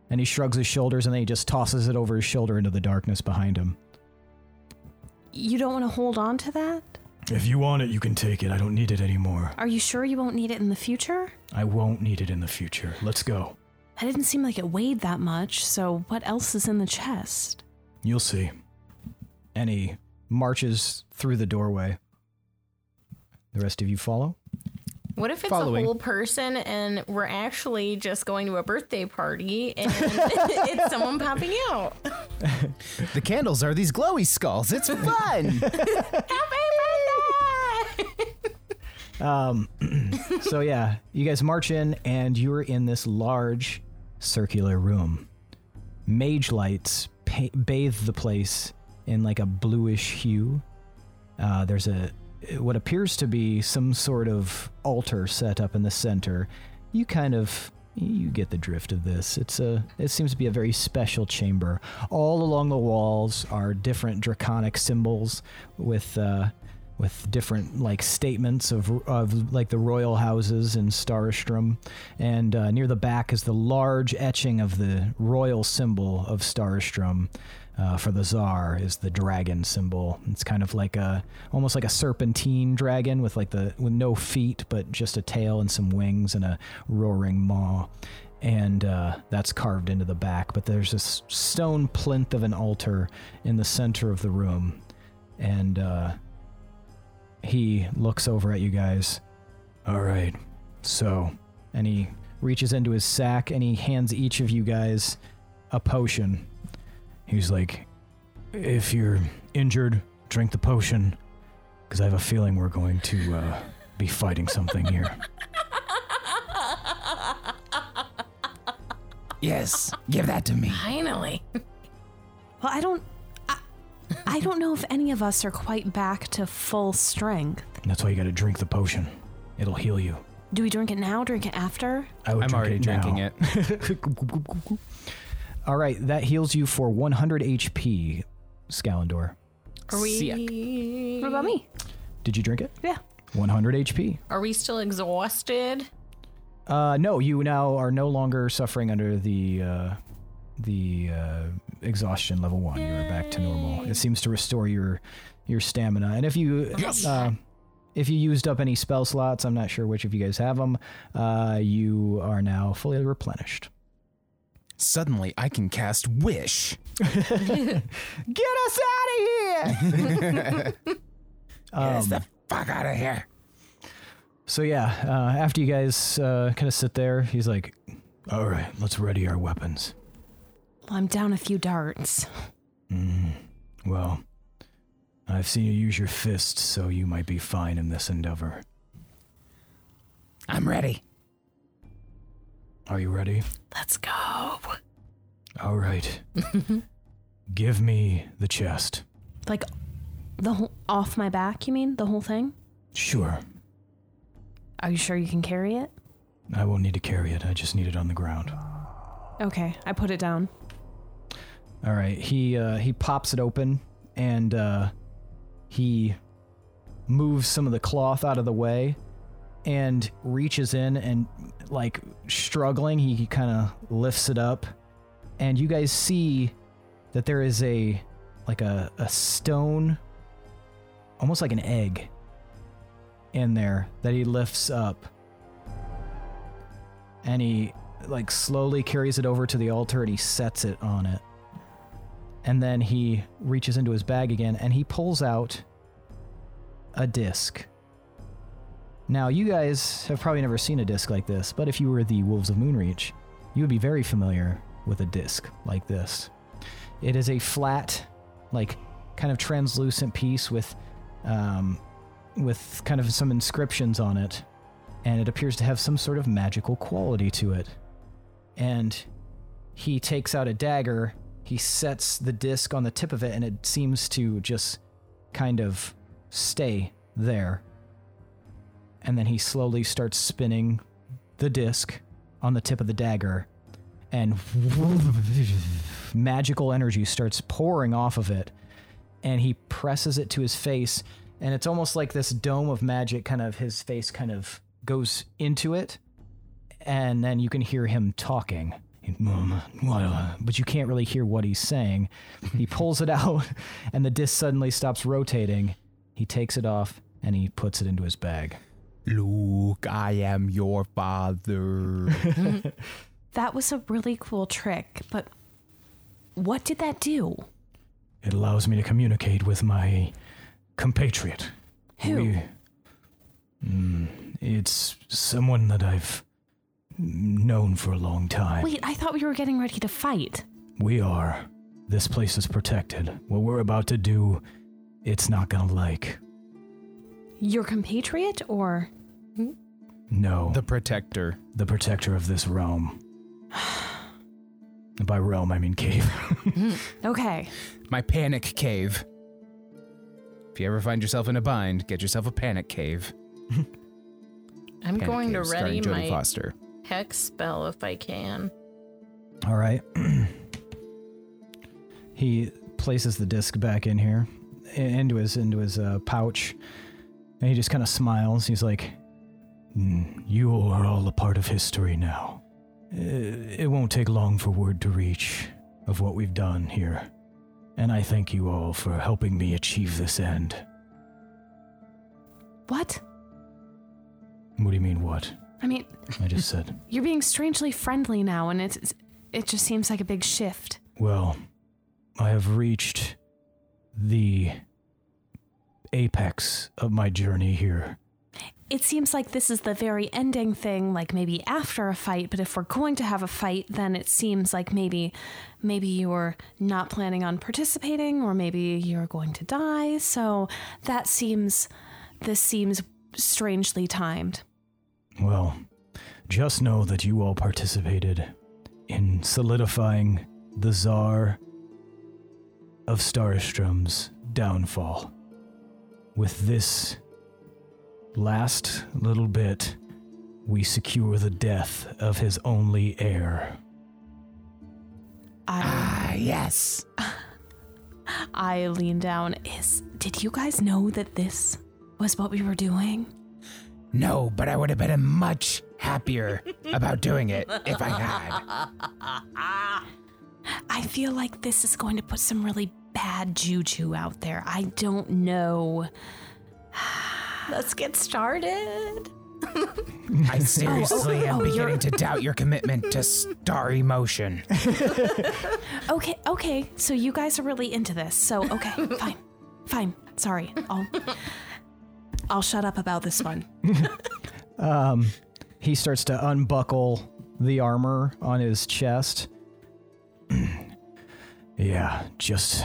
A: and he shrugs his shoulders and then he just tosses it over his shoulder into the darkness behind him
E: You don't want to hold on to that?
F: if you want it, you can take it. I don't need it anymore.
E: Are you sure you won't need it in the future?
F: I won't need it in the future. Let's go.
E: That didn't seem like it weighed that much, so what else is in the chest?
F: You'll see.
A: and he marches through the doorway the rest of you follow
D: What if it's
C: Following.
D: a whole person and we're actually just going to a birthday party and *laughs* it's someone popping out?
C: the candles are these glowy skulls.
D: *laughs*
C: It's fun.
D: Happy birthday! *laughs*
A: Um, so yeah, you guys march in, and you're in this large circular room. Mage lights pa- bathe the place in like a bluish hue. Uh, there's a what appears to be some sort of altar set up in the center. You kind of you get the drift of this. It's a it seems to be a very special chamber. All along the walls are different draconic symbols with uh, with different like statements of of like the royal houses in Starstrom, and uh, near the back is the large etching of the royal symbol of Starstrom. Uh, for the czar is the dragon symbol. It's kind of like a almost like a serpentine dragon with like the with no feet but just a tail and some wings and a roaring maw. And uh, that's carved into the back. But there's this stone plinth of an altar in the center of the room, and uh, he looks over at you guys
F: All right.
A: so and he reaches into his sack and he hands each of you guys a potion
F: He's like, if you're injured, drink the potion, because I have a feeling we're going to uh, be fighting something here.
C: yes, give that to me.
D: Finally.
E: Well, I don't. I, I don't know if any of us are quite back to full strength.
F: That's why you got to drink the potion. It'll heal you.
E: Do we drink it now? Drink it after?
F: I would
C: I'm
F: drink
C: already
F: it
C: drinking
F: now.
C: it. *laughs*
A: all right that heals you for 100 hp scalendor
D: Are we
E: What about me?
A: did you drink it
E: Yeah.
A: 100 hp
D: Are we still exhausted?
A: uh no you now are no longer suffering under the uh the uh, exhaustion level one you are back to normal it seems to restore your your stamina and if you uh, if you used up any spell slots i'm not sure which of you guys have them uh, you are now fully replenished
C: Suddenly, I can cast Wish.
A: get us out of here
F: Um,
C: Get the fuck out of here.
A: so yeah uh, after you guys uh, kind of sit there he's like
F: All right, let's ready our weapons.
E: Well, I'm down a few darts.
F: Mm, Well, I've seen you use your fists, so you might be fine in this endeavor.
C: I'm ready.
F: Are you ready?
D: Let's go.
C: *laughs*
F: All right. Give me the chest.
E: Like, the whole off my back. You mean the whole thing?
F: Sure.
E: Are you sure you can carry it?
F: I won't need to carry it. I just need it on the ground.
E: Okay, I put it down.
A: All right. He uh, he pops it open and uh, he moves some of the cloth out of the way and reaches in and like struggling, he kind of lifts it up, and you guys see that there is a like a, a stone almost like an egg in there that he lifts up and he like slowly carries it over to the altar and he sets it on it and then he reaches into his bag again and he pulls out a disc now you guys have probably never seen a disc like this but if you were the wolves of moonreach you would be very familiar with a disc like this it is a flat, like kind of translucent piece with, um, with kind of some inscriptions on it, and it appears to have some sort of magical quality to it. And he takes out a dagger. He sets the disc on the tip of it, and it seems to just kind of stay there. And then he slowly starts spinning the disc on the tip of the dagger, and *laughs* magical energy starts pouring off of it and he presses it to his face and it's almost like this dome of magic kind of his face kind of goes into it and then you can hear him talking but you can't really hear what he's saying he pulls it out *laughs* and the disc suddenly stops rotating he takes it off and he puts it into his bag
C: Luke, I am your
D: *laughs*
C: father.
E: That was a really cool trick, but what did that do?
F: It allows me to communicate with my compatriot.
E: Who?
F: Mm, it's someone that I've known for a long time.
E: Wait, I thought we were getting ready to fight.
F: We are. This place is protected. What we're about to do, it's not gonna like.
E: Your compatriot or
F: No.
C: the protector.
F: the protector of this realm. *sighs* And By realm, I mean cave. *laughs*
E: Okay.
C: My panic cave. If you ever find yourself in a bind, get yourself a panic cave.
D: I'm
C: Panic
D: going to
C: Cave starring
D: ready
C: Jodie
D: my
C: Foster.
D: hex spell if I can.
A: All
F: *clears throat*
A: right. he places the disc back in here, i- into his into his uh, pouch, and he just kind of smiles. He's like,
F: Mm, you are all a part of history now. It, it won't take long for word to reach of what we've done here. And I thank you all for helping me achieve this end.
E: What?
F: What do you mean, what?
E: I mean,
F: I just *laughs* said.
E: you're being strangely friendly now and it's it's- it just seems like a big shift.
F: Well, I have reached the apex of my journey here.
E: It seems like this is the very ending thing, like maybe after a fight, but if we're going to have a fight, then it seems like maybe maybe you're not planning on participating or maybe you're going to die. So that seems this seems strangely timed.
F: Well, just know that you all participated in solidifying the Tsar of Starstrom's downfall. With this last little bit, we secure the death of his only heir.
E: I
C: Ah, yes.
E: *laughs* I lean down. Is did you guys know that this was what we were doing?
C: No, but I would have been much
D: *laughs*
C: happier about doing it if I had.
E: I feel like this is going to put some really bad juju out there. I don't know.
D: Let's get started.
C: I seriously am beginning to doubt your commitment to star emotion.
E: Okay, okay. So you guys are really into this. So okay, fine, fine. Sorry, I'll I'll shut up about this one.
A: um, he starts to unbuckle the armor on his chest.
F: *clears throat* Yeah, just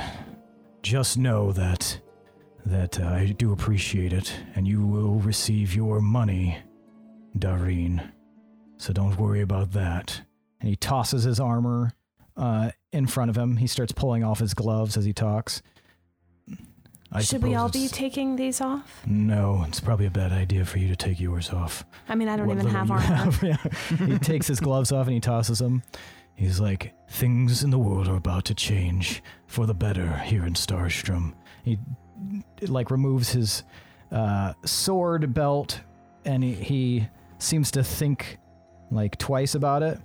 F: just know that that uh, I do appreciate it and you will receive your money, Dareen. So don't worry about that.
A: and he tosses his armor uh, in front of him. He starts pulling off his gloves as he talks.
F: I
E: Should we
F: suppose
E: all be
F: it's-
E: taking these off?
F: no, it's probably a bad idea for you to take yours off.
E: I mean, I don't
F: What
E: even
F: little
E: have
F: you
E: armor. *gasps*
A: *laughs* Yeah. he takes his gloves off and he tosses them.
F: He's like, things in the world are about to change for the better here in Starstrom.
A: It, like removes his uh, sword belt, and he, he seems to think like twice about it.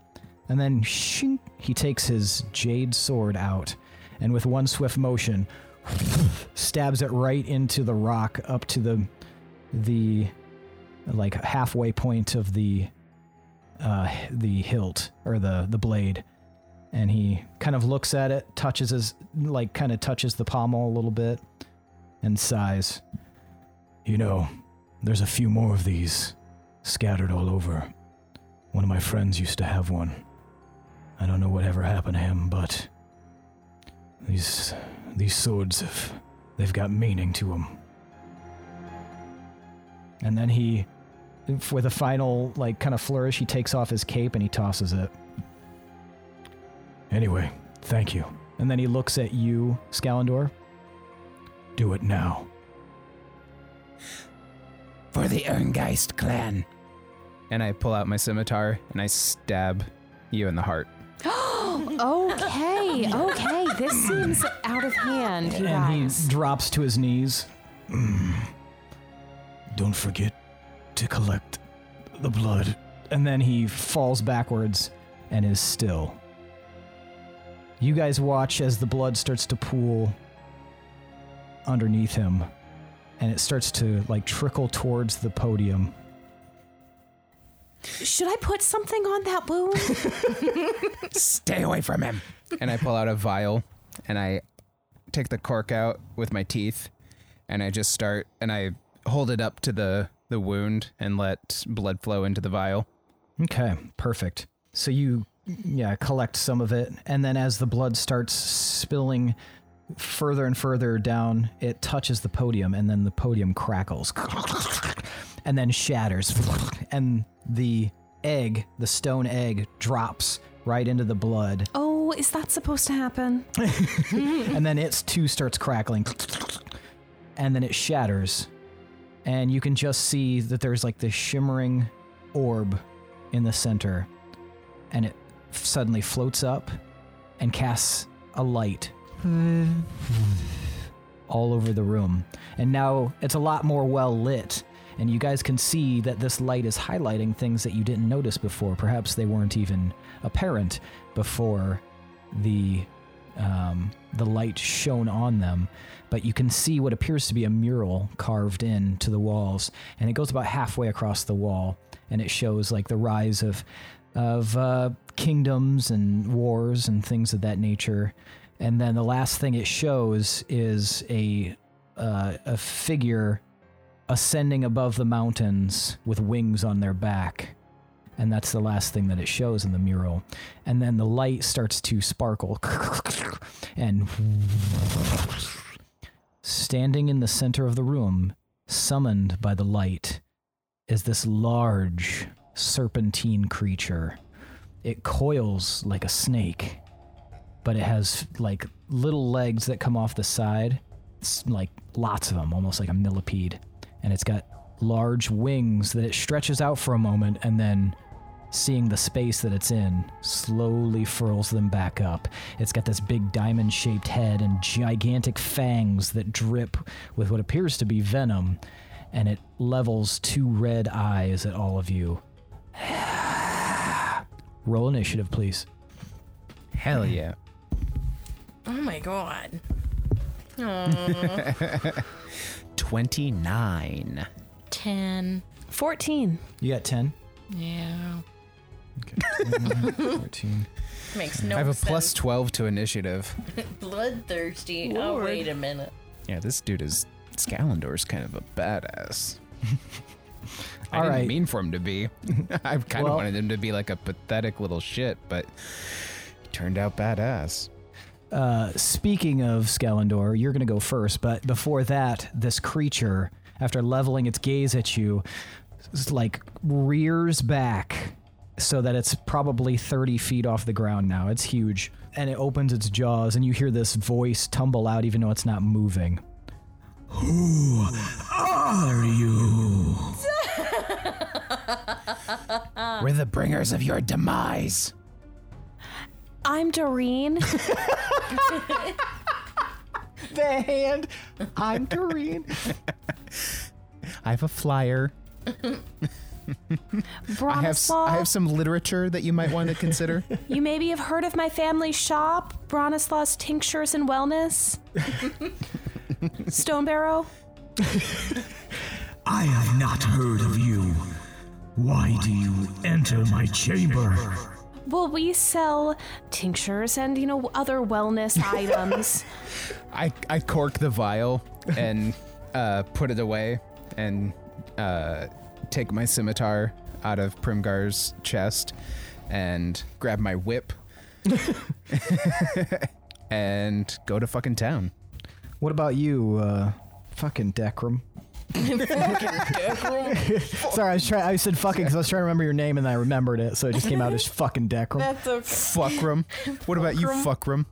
A: And then shink, he takes his jade sword out, and with one swift motion, *laughs* stabs it right into the rock up to the the like halfway point of the uh, the hilt or the the blade, and he kind of looks at it, touches his like kind of touches the pommel a little bit, and sighs.
F: You know, there's a few more of these scattered all over. One of my friends used to have one. I don't know whatever happened to him, but these these swords have they've got meaning to them.
A: And then he, with a final like kind of flourish, he takes off his cape and he tosses it.
F: Anyway, thank you.
A: And then he looks at you, Scalendor.
F: Do it now.
C: For the Erngeist clan. And I pull out my scimitar and I stab you in the heart.
G: okay, okay. This seems out of hand, you
A: And
G: guys.
A: he drops to his knees.
F: Mm. Don't forget to collect the blood.
A: and then he falls backwards and is still. You guys watch as the blood starts to pool underneath him and it starts to like trickle towards the podium.
G: Should I put something on that
F: *laughs*
G: wound?
C: Stay away from him. and I pull out a vial and I take the cork out with my teeth and I just start and I hold it up to the the wound and let blood flow into the vial.
A: Okay, perfect. So you yeah, collect some of it and then as the blood starts spilling further and further down, it touches the podium and then the podium crackles *laughs* and then shatters and the egg, the stone egg drops right into the blood
E: Oh, is that supposed to happen?
A: *laughs* and then its too starts crackling and then it shatters and you can just see that there's like this shimmering orb in the center and it suddenly floats up and casts a light all over the room and now it's a lot more well lit and you guys can see that this light is highlighting things that you didn't notice before perhaps they weren't even apparent before the um, the light shone on them, but you can see what appears to be a mural carved in to the walls, and it goes about halfway across the wall, and it shows like the rise of of uh, kingdoms and wars and things of that nature, and then the last thing it shows is a uh, a figure ascending above the mountains with wings on their back and that's the last thing that it shows in the mural. And then the light starts to sparkle, *laughs* and standing in the center of the room, summoned by the light, is this large serpentine creature. It coils like a snake, but it has like little legs that come off the side, s- like lots of them, almost like a millipede. And it's got large wings that it stretches out for a moment and then seeing the space that it's in, slowly furls them back up. It's got this big diamond shaped head and gigantic fangs that drip with what appears to be venom, and it levels two red eyes at all of you. *sighs* Roll initiative, please.
C: Hell yeah.
D: Oh my god.
C: 29.
D: 10.
E: 14.
A: You got 10.
D: Yeah. *laughs*
A: Fourteen.
D: Makes no
C: I have a
D: sense.
C: plus 12 to initiative.
D: Bloodthirsty. Oh, wait a minute.
C: Yeah, this dude is Scalendor's kind of a *laughs* badass. I
A: All
C: didn't
A: right.
C: mean for him to be. *laughs* I kind of
A: Well-
C: wanted him to be like a pathetic little shit, but he turned out badass.
A: Uh, speaking of Skelendor, you're going to go first, but before that, this creature, after leveling its gaze at you, s- like rears back so that it's probably 30 feet off the ground now. It's huge. And it opens its jaws, and you hear this voice tumble out, even though it's not moving.
C: We're the bringers of your demise.
E: I'm
F: *laughs*
E: Doreen.
A: The hand!
C: *laughs*
A: I'm Doreen.
C: I have a flyer.
E: Brahma
C: I have s-
E: Slaw,
C: I have some literature that you might want to *laughs* consider.
E: you maybe have heard of my family shop, Bronislaw's Tinctures and Wellness. Stone Barrow.
H: I have not heard of you. Why do you enter my chamber?
E: Well, we sell tinctures and, you know, other wellness items.
C: I, I cork the vial and *laughs* uh, put it away and uh, take my scimitar out of Primgar's chest and grab my
A: *laughs*
C: whip and go to fucking town.
A: What about you, uh, fucking Decrum? *laughs* Sorry, I was trying. I said fucking because I was trying to remember your name and I remembered it, so it just came out as fucking Decrum.
D: That's okay.
C: Fuckrum. What about you, Fuckrum?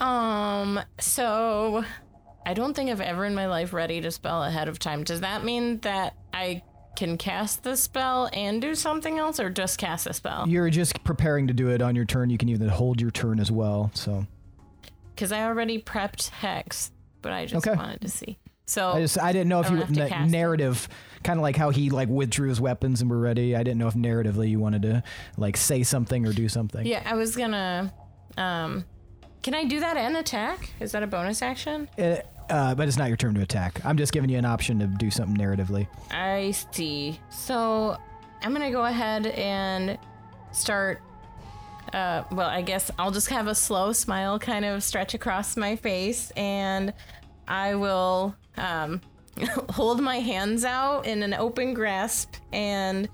D: Um, so I don't think I've ever in my life ready to spell ahead of time. Does that mean that I can cast the spell and do something else or just cast the spell?
A: You're just preparing to do it on your turn. You can even hold your turn as well. So
D: Because I already prepped Hex, but I just
A: Okay.
D: wanted to see. So
A: I just I didn't know if
D: Oh, I
A: you
D: don't have to
A: na-
D: cast it.
A: narrative, kind of like how he like withdrew his weapons and were ready. I didn't know if narratively you wanted to like say something or do something.
D: yeah, I was gonna um can I do that and attack? Is that a bonus action?
A: Uh, uh, but it's not your turn to attack. I'm just giving you an option to do something narratively.
D: I see. So I'm gonna go ahead and start. Uh, well, I guess I'll just have a slow smile kind of stretch across my face, and I will um, *laughs* hold my hands out in an open grasp, and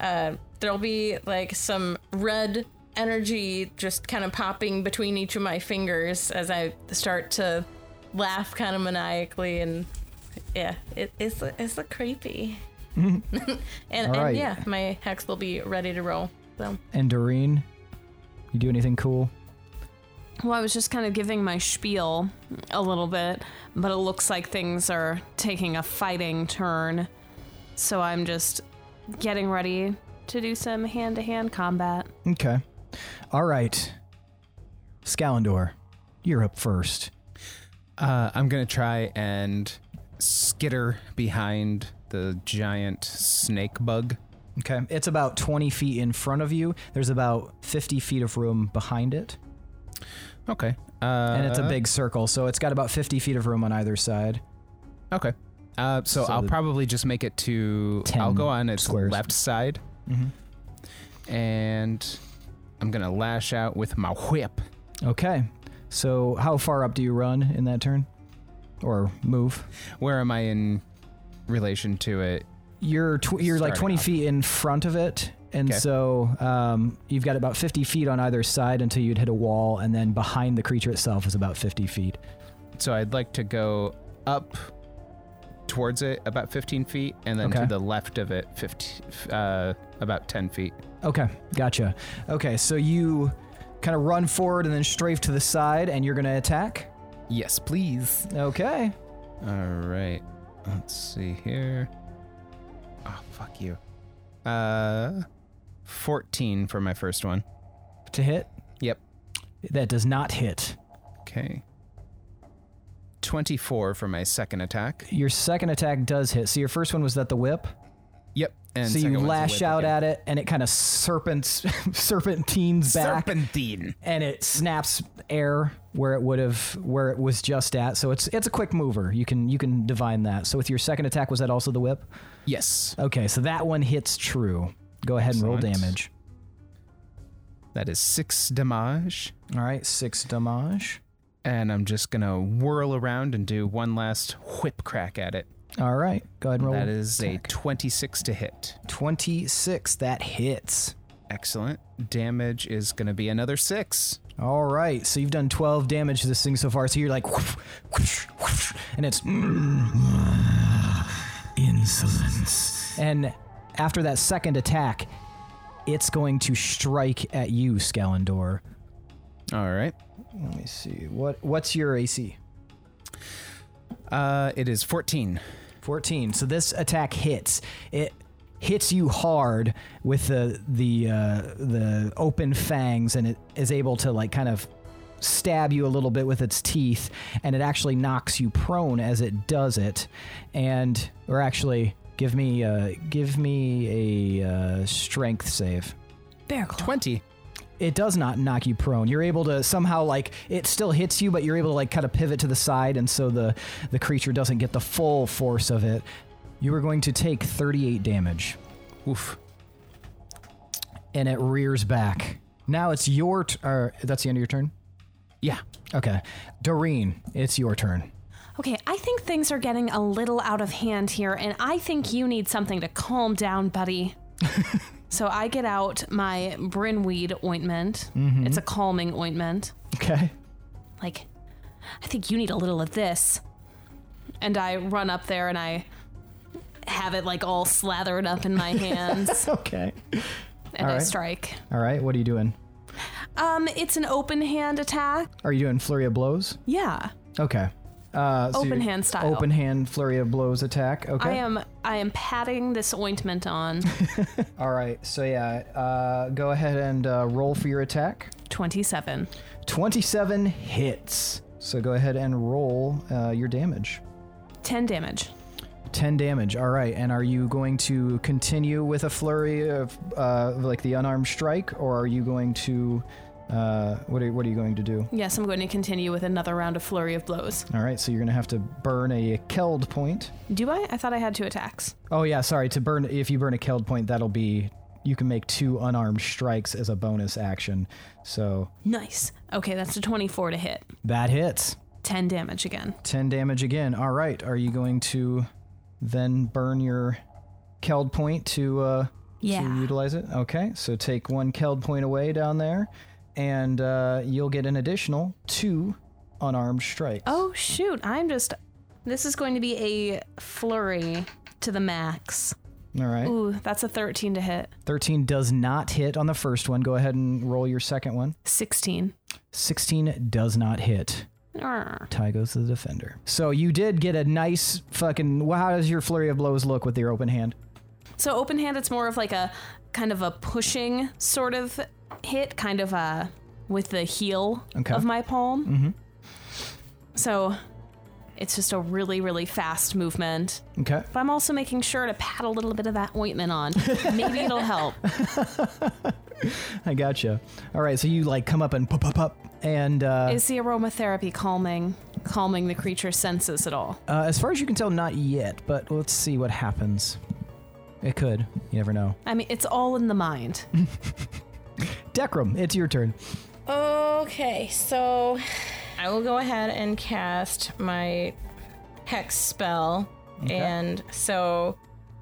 D: uh, there'll be like some red energy just kind of popping between each of my fingers as I start to laugh kind of maniacally and yeah, it, it's a, it's
A: *laughs*
D: a creepy. *laughs* and,
A: All right.
D: and yeah, my hex will be ready to roll. So
A: And Doreen, you do anything cool?
E: Well, I was just kind of giving my spiel a little bit, but it looks like things are taking a fighting turn. So I'm just getting ready to do some hand to hand combat.
A: Okay. All right. Scalendor, you're up first.
C: Uh, I'm gonna try and skitter behind the giant snake bug.
A: Okay. It's about 20 feet in front of you. There's about 50 feet of room behind it.
C: Okay. Uh,
A: And it's a big circle, so it's got about 50 feet of room on either side.
C: Okay. Uh, so,
A: So
C: I'll
A: the-
C: probably just make it to.
A: 10
C: I'll go on its
A: squares. Mm-hmm.
C: left side, and I'm gonna lash out with my whip.
A: Okay. So how far up do you run in that turn? Or move?
C: Where am I in relation to it?
A: You're tw- you're like 20
C: Starting up.
A: feet in front of it. And
C: Okay.
A: so um, you've got about 50 feet on either side until you'd hit a wall, and then behind the creature itself is about 50 feet.
C: So I'd like to go up towards it about 15 feet, and then
A: Okay.
C: to the left of it 15, uh, about 10 feet.
A: Okay, gotcha. Okay, so you kind of run forward and then strafe to the side, and you're going to attack.
C: Yes, please.
A: Okay.
C: All right. Let's see here. Oh, fuck you. Uh, 14 for my first one.
A: To hit?
C: Yep.
A: That does not hit.
C: Okay. 24 for my second attack.
A: Your second attack does hit. So your first one was that the whip?
C: Yep. And
A: so you lash out at it, and it kind of serpents, *laughs* serpentines back,
C: Serpentine.
A: and it snaps air where it would have, where it was just at. So it's it's a quick mover. You can you can divine that. So with your second attack, was that also the whip?
C: Yes.
A: Okay, so that one hits true. Go ahead and roll
C: Excellent.
A: damage.
C: That is six damage.
A: All right, six damage.
C: And I'm just going to whirl around and do one last whip crack at it.
A: All right, go ahead and roll.
C: That is
A: attack.
C: a 26 to hit.
A: 26. That hits.
C: Excellent. Damage is going to be another six.
A: All right, so you've done 12 damage to this thing so far. So you're like, whoosh, whoosh, whoosh, and it's,
H: Insolence.
A: and after that second attack, it's going to strike at you, Scalendor.
C: All right.
A: Let me see. What what's your AC?
C: Uh, it is 14.
A: 14. So this attack hits. It hits you hard with the the uh, the open fangs, and it is able to like kind of stab you a little bit with its teeth, and it actually knocks you prone as it does it, and or actually Give me, uh, give me a uh, strength save.
E: Bear claw.
C: 20.
A: It does not knock you prone. You're able to somehow like it still hits you, but you're able to like kind of pivot to the side, and so the the creature doesn't get the full force of it. You are going to take 38 damage,
C: Oof.
A: and it rears back. Now it's your. T- or that's the end of your turn.
C: Yeah.
A: Okay, Doreen, it's your turn. *laughs*
E: Okay, I think things are getting a little out of hand here, and I think you need something to calm down, buddy. so I get out my Brinweed ointment. It's a calming ointment.
A: Okay.
E: Like, I think you need a little of this. And I run up there and I have it like all slathered up in my hands
A: Okay.
E: and I
A: right.
E: strike.
A: All right. What are you doing?
E: Um, it's an open hand attack.
A: Are you doing flurry of blows?
E: Yeah.
A: Okay. Uh, so
E: Open
A: you're-
E: hand style.
A: Open hand flurry of blows attack. Okay.
E: I am I am patting this ointment on.
A: All right. So yeah, uh, go ahead and uh, roll for your attack.
E: 27.
A: Twenty-seven hits. So go ahead and roll uh, your damage.
E: 10 damage.
A: Ten damage. All right. And are you going to continue with a flurry of uh, like the unarmed strike, or are you going to? Uh, what are what are you going to do?
E: Yes, I'm going to continue with another round of flurry of blows.
A: All right. So you're gonna have to burn a keld point.
E: Do I? I thought I had two attacks.
A: Oh yeah, sorry. To burn, if you burn a killed point, that'll be you can make two unarmed strikes as a bonus action. So
E: Nice. Okay, that's a 24 to hit.
A: that hits
E: 10 damage again.
A: ten damage again. All right, are you going to then burn your killed point to uh, to utilize it? Okay, so take one killed point away down there, and uh, you'll get an additional two unarmed strikes.
E: Oh shoot, I'm just This is going to be a flurry to the max.
A: all right.
E: Ooh, that's a 13 to hit.
A: Thirteen does not hit on the first one. Go ahead and roll your second one.
E: 16.
A: Sixteen does not hit.
E: Arr.
A: Ty goes to the defender. So you did get a nice fucking. Well, how does your flurry of blows look with your open hand?
E: So open hand it's more of like a kind of a pushing sort of hit, kind of a with the heel
A: Okay.
E: of my palm. Mm-hmm. So it's just a really, really fast movement.
A: Okay.
E: But I'm also making sure to pat a little bit of that ointment on. Maybe it'll help.
A: I gotcha. All right. So you like come up and pop, pop, pop. And uh,
E: Is the aromatherapy calming calming the creature's senses at all?
A: uh, as far as you can tell, not yet, but let's see what happens. It could. You never know.
E: I mean, it's all in the mind.
A: Decrum, it's your turn.
D: Okay, so I will go ahead and cast my hex spell. And so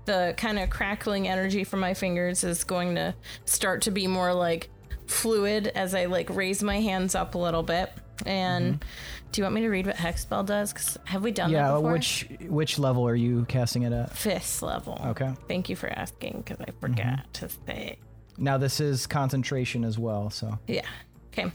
D: the kind of crackling energy from my fingers is going to start to be more like fluid as I like raise my hands up a little bit. And do you want me to read what hex spell does? 'Cause have we done that
A: Mm-hmm. yeah.
D: before?
A: Which which level are you casting it at?
D: fifth level.
A: Okay. Mm-hmm.
D: Thank you for asking because I forgot to say.
A: Now this is concentration as well. So
D: Yeah. Okay.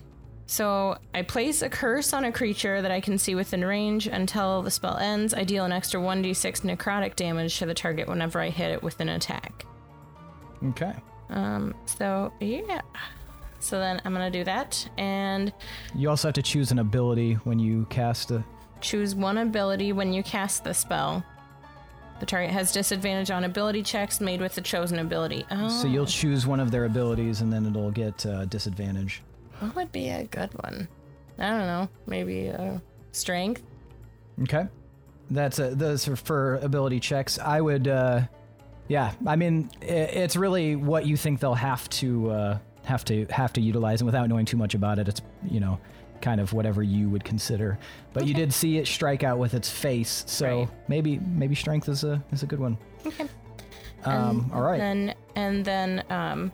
D: So I place a curse on a creature that I can see within range until the spell ends. I deal an extra 1d6 necrotic damage to the target whenever I hit it with an attack.
A: okay.
D: Um, so yeah. So then I'm gonna do that and
A: You also have to choose an ability when you cast a.
D: choose one ability when you cast the spell. The target has disadvantage on ability checks made with the chosen ability. Oh,
A: So you'll choose one of their abilities, and then it'll get uh, disadvantage.
D: what Oh, would be a good one? I don't know. Maybe uh, strength.
A: Okay. That's a, those are for ability checks. I would, uh, yeah. I mean, i it's really what you think they'll have to uh, have to have to utilize, and without knowing too much about it, it's you know, kind of whatever you would consider. But you did see it strike out with its face, so maybe maybe strength is a is a good one.
D: Okay.
A: Um, all right.
D: Then and then um,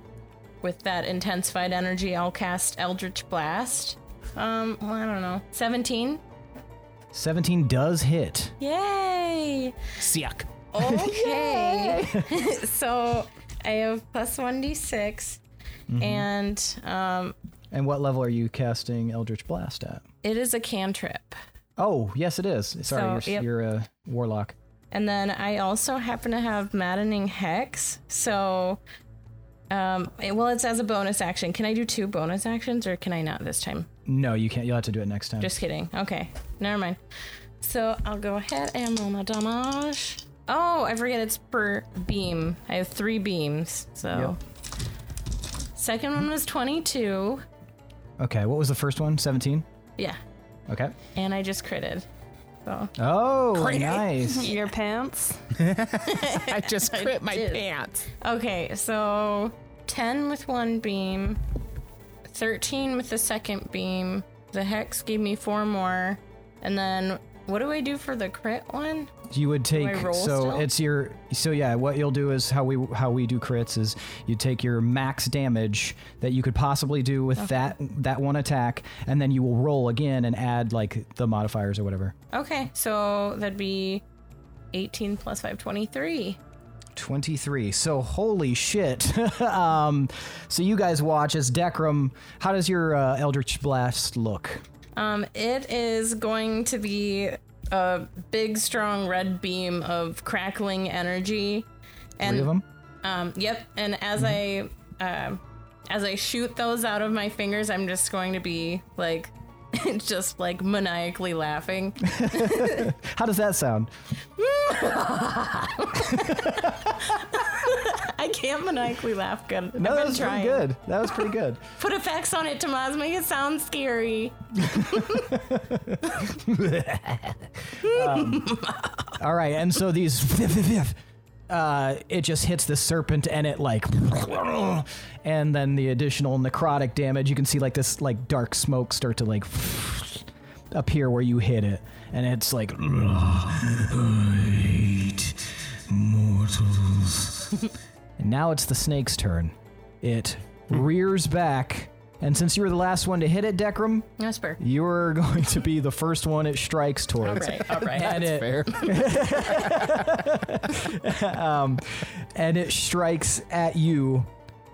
D: with that intensified energy, I'll cast Eldritch Blast. Um, well, I don't know, seventeen.
A: Seventeen does hit.
D: Yay!
C: Siak.
D: Okay. *laughs* so I have plus one d 6 and um,
A: And what level are you casting Eldritch Blast at?
D: it is a cantrip.
A: Oh, yes, it is. Sorry,
D: So,
A: you're, s-
D: yep.
A: you're a warlock.
D: And then I also happen to have Maddening Hex, so. Um, it- well, it's as a bonus action. Can I do two bonus actions, or can I not this time?
A: No, you can't. You'll have to do it next time.
D: Just kidding. Okay, never mind. So I'll go ahead and roll my damage. Oh, I forget it's per beam. I have three beams. So second one was 22.
A: Okay, what was the first one? 17?
D: Yeah.
A: Okay.
D: And I just critted. So
A: Oh,
D: *laughs*
A: nice.
E: Your pants.
C: I
E: *laughs*
C: just crit my
D: did.
C: pants.
D: Okay, so 10 with one beam, 13 with the second beam. The hex gave me four more. And then what do I do for the crit one?
A: You would take so
D: roll still?
A: it's your so yeah. What you'll do is how we how we do crits is you take your max damage that you could possibly do with that that one attack, and then you will roll again and add like the modifiers or whatever.
D: Okay, so that'd be 18 plus 5, 23.
A: 23. So holy shit. *laughs* um, so you guys watch as Dekram. How does your uh, Eldritch Blast look?
D: Um, it is going to be a big, strong red beam of crackling energy. And
A: Three of Mm-hmm. them.
D: Um, yep. And as I um as I shoot those out of my fingers, I'm just going to be like, *laughs* just like
A: *laughs*
D: maniacally laughing.
A: How does that sound?
D: I can't maniacally laugh good.
A: No, that
D: I've been
A: was pretty
D: trying.
A: good. That was pretty good.
D: Put effects on it, Tomas. Make it sound scary.
A: All right, and so these, uh, it just hits the serpent, and it like, and then the additional necrotic damage. You can see like this like dark smoke start to like appear where you hit it, and it's like
H: Eight mortals.
A: And now it's the snake's turn. It rears back, and since you were the last one to hit it, Dekram,
D: Whisper.
A: you're *laughs* going to be the first one it strikes
D: All
A: towards.
D: right. All
A: *laughs*
D: right.
A: And it,
C: Fair.
A: Um, and it strikes at you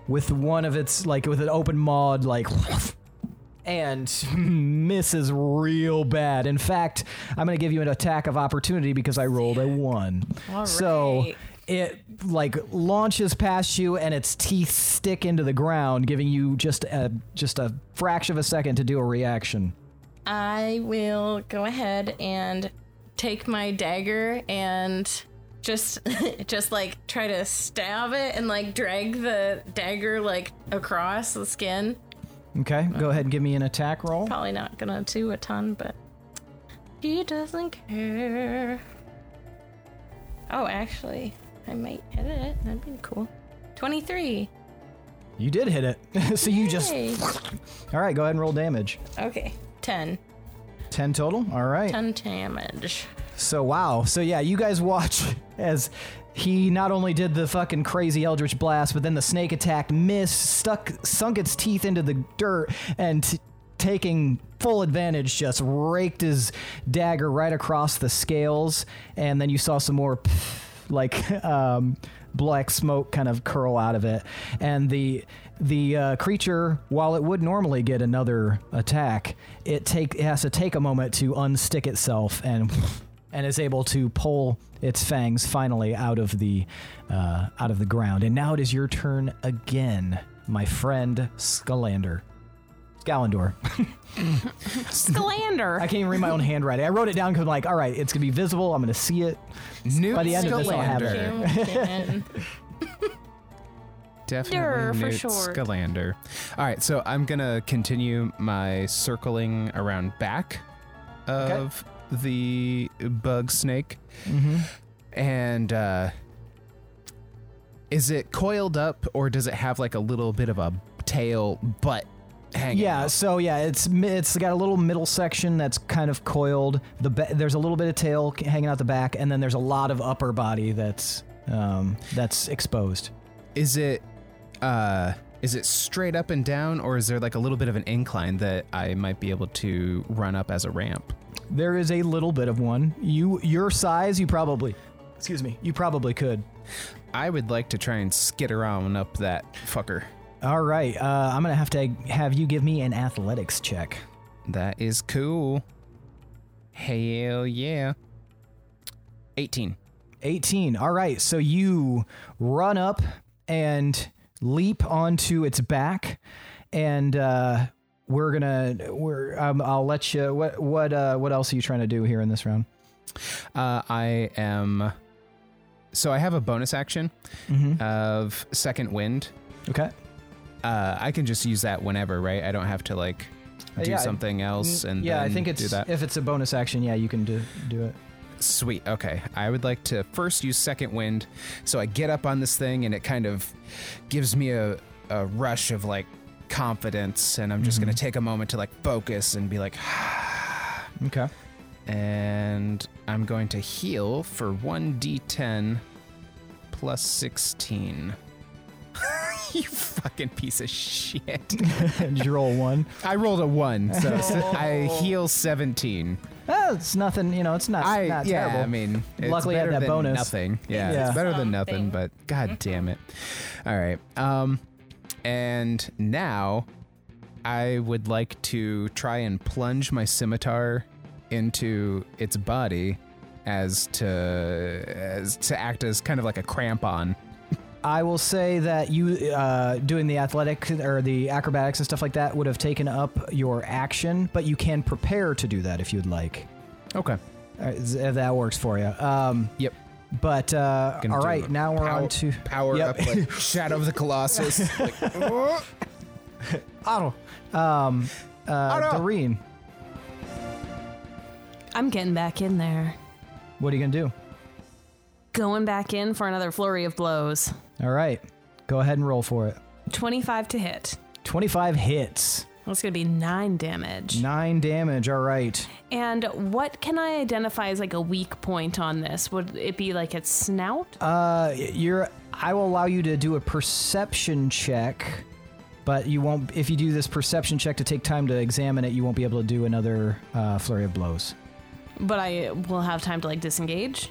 A: with one of its like with an open mauled like and misses real bad. In fact, I'm going to give you an attack of opportunity because I rolled a 1. So
D: right.
A: it like launches past you and its teeth stick into the ground giving you just a just a fraction of a second to do a reaction.
D: I will go ahead and take my dagger and just *laughs* just like try to stab it and like drag the dagger like across the skin.
A: Okay, go ahead and give me an attack roll.
D: Probably not gonna do a ton, but he doesn't care. Oh, actually, I might hit it. That'd be cool. Twenty-three.
A: You did hit it. *laughs* so you just
D: Hey.
A: All right, go ahead and roll damage.
D: Okay. Ten.
A: 10 total. All right.
D: Ten damage.
A: So wow. So yeah, you guys watch *laughs* as he not only did the fucking crazy eldritch blast, but then the snake attack missed, stuck, sunk its teeth into the dirt, and t- taking full advantage, just raked his dagger right across the scales. And then you saw some more, *laughs* like *laughs* um, black smoke kind of curl out of it, and the the uh, creature, while it would normally get another attack, it take it has to take a moment to unstick itself and *laughs* and is able to pull its fangs finally out of the uh, out of the ground. And now it is your turn again, my friend Scalander. Gallendor. I
E: Scalander.
A: can't even read my own *laughs* handwriting. I wrote it down because I'm like, all right, it's gonna be visible. I'm gonna see it.
C: Newt
A: By the end of this, I'll have it.
C: Scamander.
D: Ten.
C: Definitely
E: for
C: Newt
E: short.
C: Scamander. All right, so I'm gonna continue my circling around back of the bug snake, and uh, is it coiled up or does it have like a little bit of a tail butt hanging?
A: Yeah,
C: out?
A: so yeah, it's mi- it's got a little middle section that's kind of coiled. The ba- there's a little bit of tail c- hanging out the back, and then there's a lot of upper body that's um, that's exposed.
C: Is it? Uh, is it straight up and down, or is there like a little bit of an incline that I might be able to run up as a ramp?
A: There is a little bit of one. You your size, you probably excuse me, you probably could.
C: I would like to try and skitter on up that fucker.
A: All right, uh, I'm gonna have to have you give me an athletics check.
C: That is cool. Hell yeah. 18.
A: 18. All right. So you run up and leap onto its back, and uh, we're gonna. We're. Um, I'll let you. What. What. Uh, what else are you trying to do here in this round?
C: Uh, I am so I have a bonus action
A: Mm-hmm.
C: of second wind.
A: Okay.
C: Uh, I can just use that whenever, right? I don't have to like
A: Uh,
C: do
A: yeah, I-
C: something else and
A: yeah, I
C: then
A: think it's
C: do that.
A: if it's a bonus action, yeah, you can do do it.
C: Sweet. Okay. I would like to first use second wind. So I get up on this thing and it kind of gives me a, a rush of like confidence. And I'm just going to take a moment to like focus and be like,
A: Okay. *laughs*
C: and I'm going to heal for 1d10 plus 16. *laughs* you fucking piece of shit.
A: Did you roll one?
C: I rolled a one, so I heal 17.
A: Oh, it's nothing. You know, it's not.
C: I
A: not
C: yeah,
A: terrible.
C: I mean, it's
A: Luckily I had
C: better
A: that
C: than
A: bonus.
C: Nothing. Yeah,
A: Yeah.
C: it's better than nothing. But god damn it! All right. Um, and now I would like to try and plunge my scimitar into its body as to as to act as kind of like a crampon.
A: I will say that you uh, doing the athletic or the acrobatics and stuff like that would have taken up your action, but you can prepare to do that if you'd like.
C: Okay.
A: Uh, if that works for you. Um,
C: Yep.
A: but uh,
C: Gonna
A: all
C: do
A: right,
C: a
A: now we're
C: pow-
A: on to
C: power
A: Yep.
C: up like Shadow of the Colossus. like, *laughs* oh,
A: *laughs* Otto. Um, uh,
C: Otto.
A: Doreen,
E: I'm getting back in there.
A: what are you gonna do?
E: Going back in for another flurry of blows.
A: All right, go ahead and roll for it.
E: 25 to hit.
A: Twenty-five hits,
E: That's going to be 9 damage.
A: nine damage. All right.
E: And what can I identify as like a weak point on this? Would it be like its snout?
A: Uh, you're. I will allow you to do a perception check, but you won't. If you do this perception check to take time to examine it, you won't be able to do another uh, flurry of blows.
E: But I will have time to like disengage.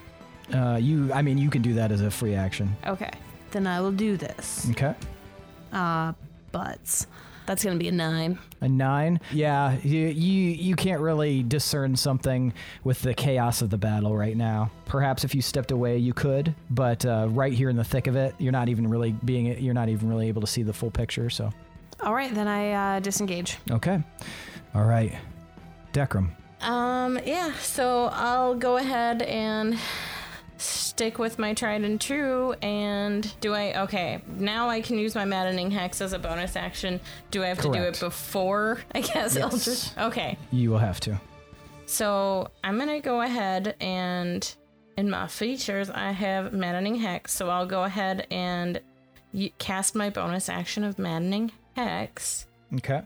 A: Uh, you. I mean, you can do that as a free action.
E: Okay. Then I will do this.
A: Okay.
E: Uh, butts. That's going to be a 9.
A: A nine. Yeah. You. You. You can't really discern something with the chaos of the battle right now. Perhaps if you stepped away, you could. But uh, right here in the thick of it, you're not even really being. You're not even really able to see the full picture. So.
E: All right, then I uh, disengage.
A: Okay. All right. Decrum.
D: Um, yeah, so I'll go ahead and stick with my tried and true. And do I, okay, now I can use my maddening hex as a bonus action. Do I have to do
A: Correct.
D: it before? *laughs* I guess I'll
A: Yes.
D: just, okay.
A: You will have to.
D: So I'm going to go ahead and in my features, I have maddening hex. So I'll go ahead and y- cast my bonus action of maddening hex.
A: Okay.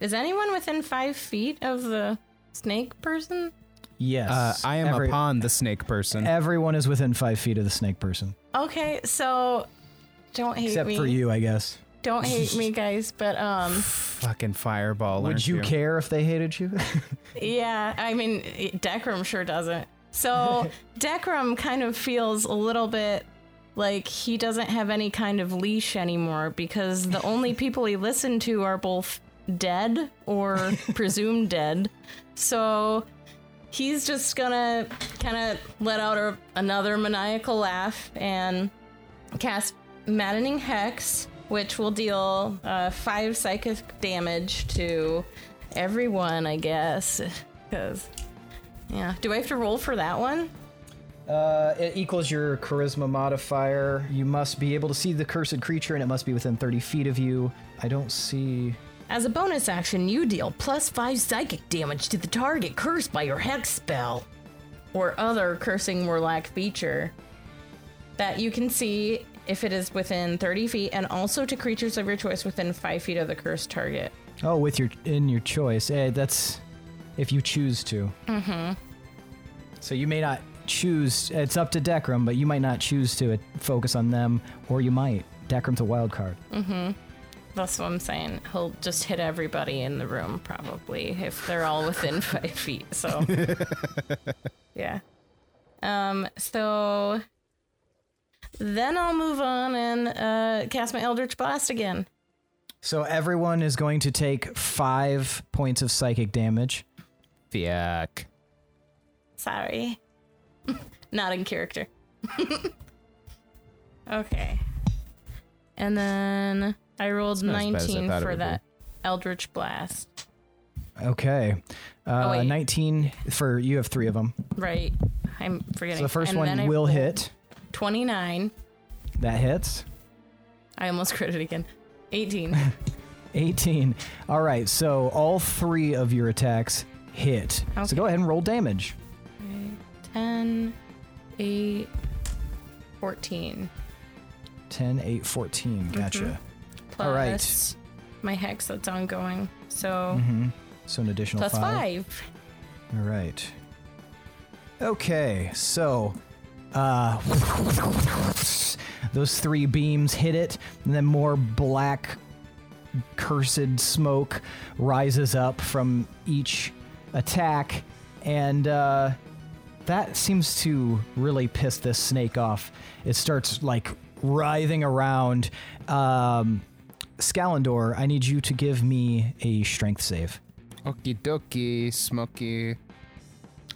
D: Is anyone within five feet of the snake person?
A: Yes.
C: uh, I am
A: Every- e-
C: upon the snake person.
A: Everyone is within five feet of the snake person,
D: Okay, so don't hate
A: except
D: me.
A: for you, I guess.
D: Don't hate me, guys. But um,
C: Fucking fireball.
A: Would
C: aren't
A: you care if they hated you? *laughs*
D: yeah, I mean, Decrum sure doesn't. So Decrum kind of feels a little bit like he doesn't have any kind of leash anymore because the only people he listened to are both dead or presumed dead. So he's just gonna kind of let out a, another maniacal laugh and cast Maddening Hex, which will deal uh, five psychic damage to everyone, I guess. Because, yeah. Do I have to roll for that one?
A: uh, it equals your charisma modifier. You must be able to see the cursed creature, and it must be within thirty feet of you. I don't see.
D: As a bonus action, you deal plus five psychic damage to the target cursed by your hex spell or other cursing warlock feature that you can see if it is within 30 feet and also to creatures of your choice within 5 feet of the cursed target.
A: Oh, with your in your choice. Eh, that's if you choose to. Mm-hmm. So you may not choose. It's up to Decrum, but you might not choose to uh, focus on them, or you might. Decrum's a wild card.
D: That's what I'm saying. He'll just hit everybody in the room, probably, if they're all within *laughs* five feet.
C: *laughs*
D: So, yeah. Um. So then I'll move on and uh, cast my Eldritch Blast again.
A: So everyone is going to take five points of psychic damage.
C: you? Fuck.
D: Sorry, *laughs* not in character. *laughs* okay. And then I rolled
C: not as bad as I
D: 19
C: thought it
D: for
C: would be.
D: that Eldritch Blast.
A: Okay. Uh,
D: Oh, wait.
A: 19 for you have three of them.
D: Right. I'm forgetting.
A: So the first
D: And
A: one
D: then I
A: will
D: rolled-
A: hit.
D: 29.
A: That hits.
D: I almost *laughs* crit it again. 18.
A: 18. All right, so all three of your attacks hit. So
D: Okay.
A: go ahead and roll damage.
D: 10, 8, 14.
A: 10, 8, 14.
D: Mm-hmm.
A: Gotcha.
D: Plus
A: right.
D: my hex that's ongoing. So
A: Mm-hmm. So an additional
D: plus
A: five.
D: five.
A: All right. Okay, so uh, *laughs* those three beams hit it, and then more black, cursed smoke rises up from each attack, and uh, that seems to really piss this snake off. It starts like writhing around. Um, Scalendor, I need you to give me a strength save.
C: Okie dokie, Smokey.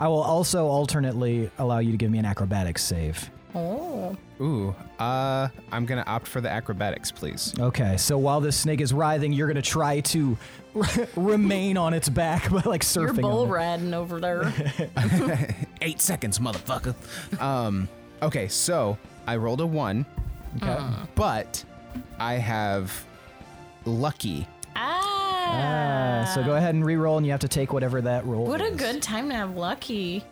A: I will also alternately allow you to give me an acrobatics save.
D: Oh.
C: Ooh, uh, I'm gonna opt for the acrobatics, please.
A: Okay, so while this snake is writhing, you're gonna try to *laughs* remain on its back *laughs* by like surfing.
D: You're
A: on
D: bull
A: it.
D: riding
A: *laughs*
D: over there.
C: Eight seconds, motherfucker. um, okay, so I rolled a one,
A: Okay.
C: but I have lucky.
D: ah.
A: Uh, so go ahead and re-roll, and you have to take whatever that roll.
D: What a
A: is.
D: good time
A: *laughs*
D: to have lucky.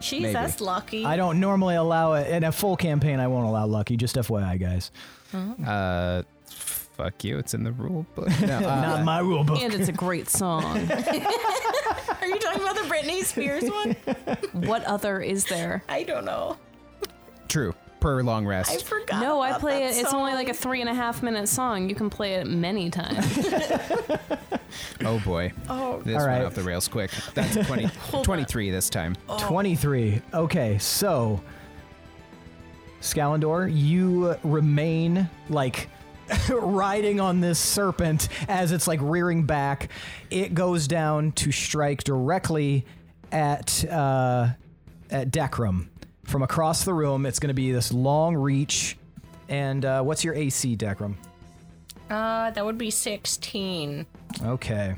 D: Jeez,
C: Maybe.
D: that's lucky.
A: I don't normally allow it in a full campaign. I won't allow lucky. Just FYI, guys.
C: Uh, fuck you. It's in the rule book. *laughs* No, uh,
F: Not my rule book.
G: And it's a great
A: *laughs*
G: song.
D: Are you talking about the Britney
A: *laughs*
D: Spears one?
G: what other is there?
D: I don't know.
C: true. Per long rest.
D: I forgot.
G: No, I
D: about
G: play
D: that
G: it. It's only like a
D: song.
G: three and a half minute song. You can play it
A: *laughs*
G: many times.
C: Oh boy.
D: Oh,
C: This
A: All right.
C: went off the rails quick.
D: *laughs*
C: That's 20, 23 this time.
A: Twenty-three. Okay, so Scalendor, you remain like *laughs* riding on this serpent as it's like rearing back. It goes down to strike directly at uh, at Decrum from across the room. It's going to be this long reach. And uh, what's your AC, Decrum?
D: uh, that would be 16.
A: Okay.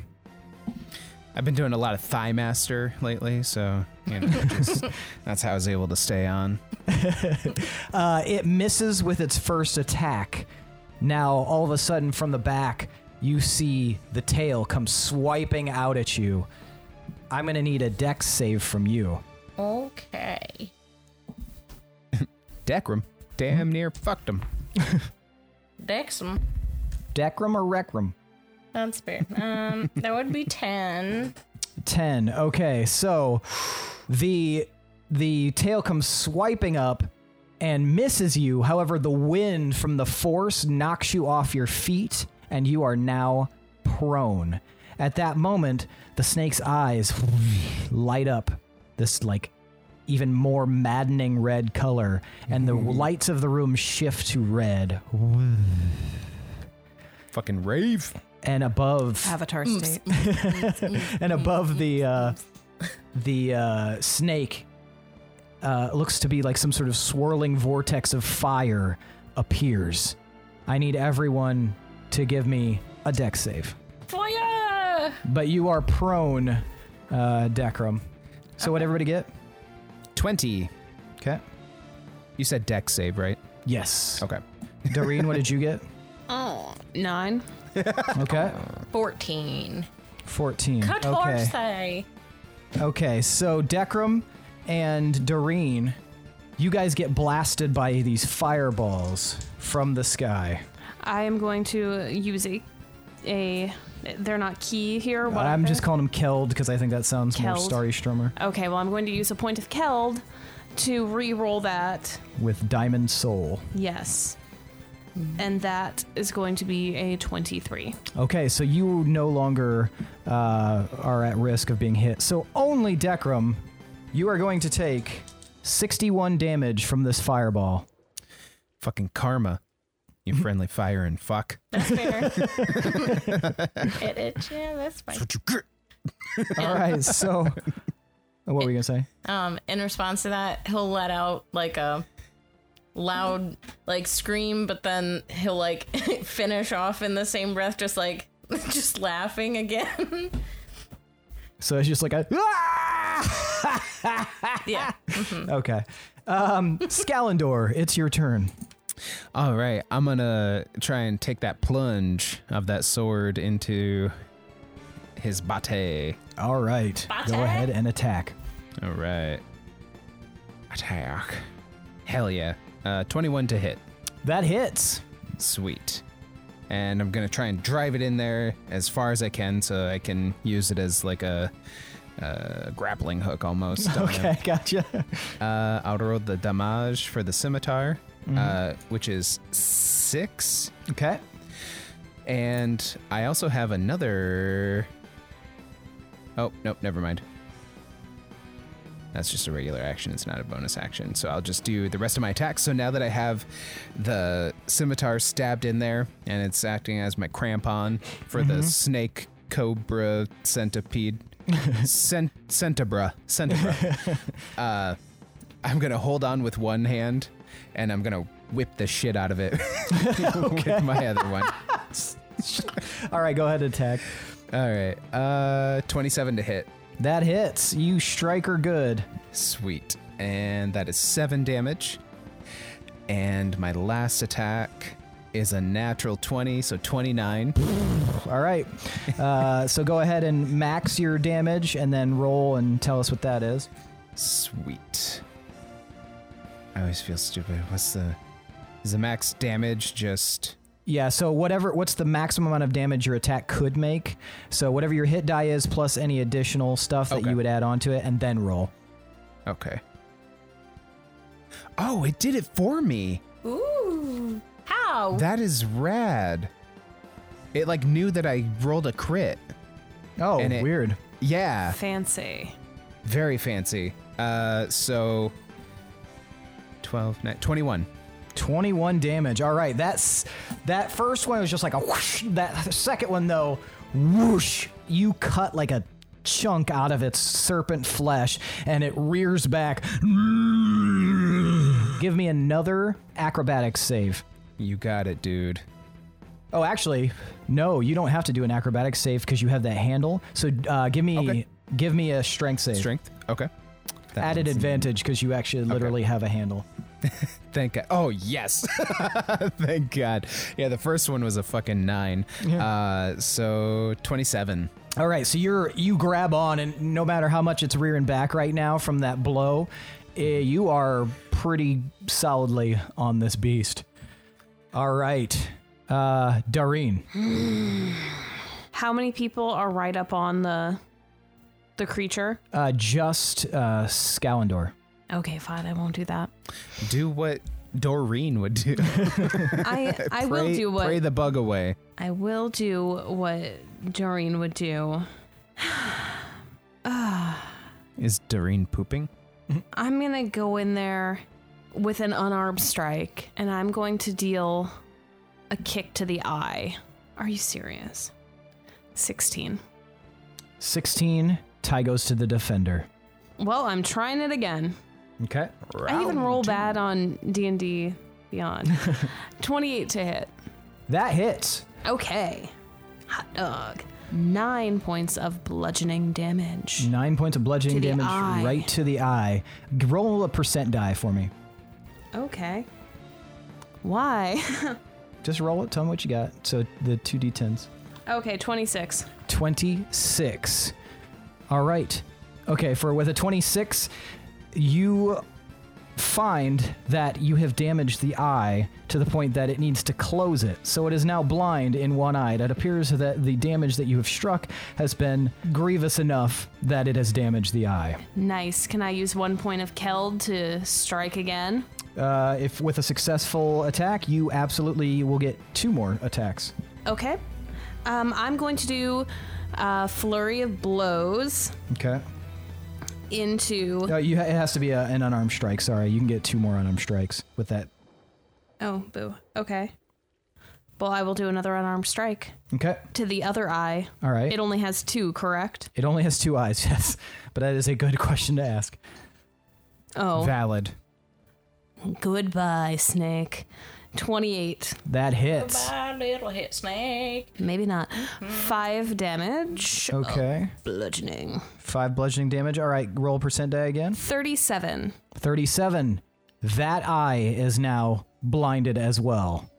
C: I've been doing a lot of Thigh Master lately, so you know, just, that's how I was able to stay on.
A: Uh, it misses with its first attack. Now, all of a sudden, from the back, you see the tail come swiping out at you. I'm going to need a dex save from you.
D: Okay.
C: Decrum, damn near fucked him.
D: Dexum.
A: Decrum or Recrum?
D: mm, That's fair. Um, that would be 10.
A: 10. Okay, so the the tail comes swiping up and misses you. However, the wind from the force knocks you off your feet and you are now prone. At that moment, the snake's eyes *laughs* light up this like even more maddening red color and the lights of the room shift to red
C: Fucking rave.
A: and above
E: Avatar state.
D: Mm-hmm.
A: and above the uh, the uh, snake uh, looks to be like some sort of swirling vortex of fire appears. I need everyone to give me a deck save,
D: Fire!
A: but you are prone, uh, Decrum. So what everybody get?
C: 20.
A: Okay.
C: You said deck save, right?
A: Yes.
C: Okay.
A: Doreen, what did you
D: *laughs*
A: get?
G: Nine.
A: Okay.
D: 14.
A: Fourteen.
D: Cut
A: okay.
D: horse, say.
A: Okay, so Decrum and Doreen, you guys get blasted by these fireballs from the sky.
G: I am going to use a. a they're not key here. What
A: I'm
G: are
A: just
G: they?
A: calling them Keld because I think that sounds more
G: Keld.
A: Starry Strummer
G: Okay, well, I'm going to use a point of Keld to re roll that.
A: with Diamond Soul.
G: Yes.
E: Hmm.
G: And that is going to be a 23.
A: Okay, so you no longer uh, are at risk of being hit. So only Decrum, you are going to take 61 damage from this
G: *laughs*
A: fireball.
C: Fucking karma. You friendly fire and fuck.
D: That's fair. it, it, yeah, that's fine.
C: What you get?
A: All right, so what were we gonna say?
D: um, in response to that, he'll let out like a loud like scream, but then he'll like *laughs* finish off in the same breath, just like *laughs* just laughing again.
A: So it's just like a. *laughs* "Ah!"
G: *laughs*
D: yeah.
A: Okay. Um, Scalendor, it's your turn.
C: All right, I'm gonna try and take that plunge of that sword into his bate.
A: All right. Go ahead and attack.
C: All right, attack. Hell yeah, uh, 21 to hit.
A: That hits.
C: Sweet. And I'm gonna try and drive it in there as far as I can, so I can use it as like a uh, grappling hook almost. on
A: *laughs*
C: him.
A: Okay, gotcha.
C: Uh, I'll roll the damage for the scimitar, uh, which is six.
A: Okay.
C: And I also have another. Oh, nope, never mind. That's just a regular action. It's not a bonus action. So I'll just do the rest of my attacks. So now that I have the scimitar stabbed in there and it's acting as my crampon for the snake, cobra, centipede, cent- centibra, centibra, uh, I'm going to hold on with one hand and I'm going to whip the shit out of it *laughs* with my other one.
A: All right, go ahead and attack.
C: All right. Uh 27 to hit.
A: That hits. You strike her good.
C: Sweet. And that is 7 damage. And my last attack is a natural 20, so 29.
A: All
C: *laughs*
A: right. Uh, so go ahead and max your damage and then roll and tell us what that is.
C: Sweet. I always feel stupid. What's the Is the max damage just
A: Yeah, so whatever what's the maximum amount of damage your attack could make? So whatever your hit die is plus any additional stuff that
C: Okay.
A: you would add onto it and then roll.
C: Okay. Oh, it did it for me.
D: Ooh. How?
C: That is rad. It like knew that I rolled a crit.
A: Oh,
C: And it-
A: weird.
C: Yeah.
E: *sighs*
I: Fancy.
C: Very fancy. Uh, so 12, ni- 21.
A: 21 damage. All right, that's that first one was just like a whoosh. That second one though, whoosh, you cut like a chunk out of its serpent flesh and it rears back. Give me another acrobatics save.
C: You got it, dude.
A: Oh, actually, no, you don't have to do an acrobatics save because you have that handle. So uh, give me
C: Okay.
A: give me a strength save.
C: Strength. Okay. That
A: Added
C: one's-
A: advantage because you actually literally have a handle.
C: Thank God. Oh, yes. *laughs* Thank God. Yeah, the first one was a fucking nine. Uh, so 27.
A: All right, so you're you grab on, and no matter how much it's rearing back right now from that blow, eh, you are pretty solidly on this beast. All right, uh, Doreen.
E: How many people are right up on the the creature?
A: uh, just uh, Scalendor.
E: Okay, fine. I won't do that.
C: *laughs* Do what Doreen would do.
E: *laughs* I *laughs* I will
C: Pray-
E: do what
C: Pray the bug away.
E: I will do what Doreen would do. *sighs*
C: Is Doreen pooping?
E: I'm gonna go in there with an unarmed strike, and I'm going to deal a kick to the eye. Are you serious? Sixteen.
A: Sixteen. Tie goes to the defender.
E: Well, I'm trying it again.
A: Okay.
E: I even roll bad on D and D Beyond. Twenty-eight to hit.
A: That hits.
E: Okay. Hot dog. Nine points of bludgeoning damage.
A: Nine points of bludgeoning
E: To the
A: damage
E: eye.
A: right to the eye. G- Roll a percent die for me.
E: Okay. Why? *laughs*
A: Just roll it. Tell me what you got. So the two d10s.
E: okay, 26.
A: 26. All right. Okay, for with a 26, you find that you have damaged the eye to the point that it needs to close it. So it is now blind in one eye. It appears that the damage that you have struck has been grievous enough that it has damaged the eye.
E: Nice. Can I use one point of Keld to strike again?
A: Uh, if with a successful attack, you absolutely will get two more attacks.
E: Okay. Um, I'm going to do a flurry of blows
A: Okay.
E: into.
A: No, you ha- it has to be a, an unarmed strike. Sorry, you can get two more unarmed strikes with that.
E: Oh, boo. Okay. Well, I will do another unarmed strike
A: Okay.
E: to the other eye.
A: All right.
E: It only has two, correct?
A: It only has two eyes, *laughs* yes. But that is a good question to ask.
E: Oh.
A: Valid.
E: Goodbye, snake.
G: 28.
A: That hits.
D: *laughs* My little hit snake.
G: Maybe not. Five damage.
A: Oh. Okay.
G: Bludgeoning.
A: Five bludgeoning damage. All right, roll percent die again.
G: 37.
A: 37. That eye is now blinded as well.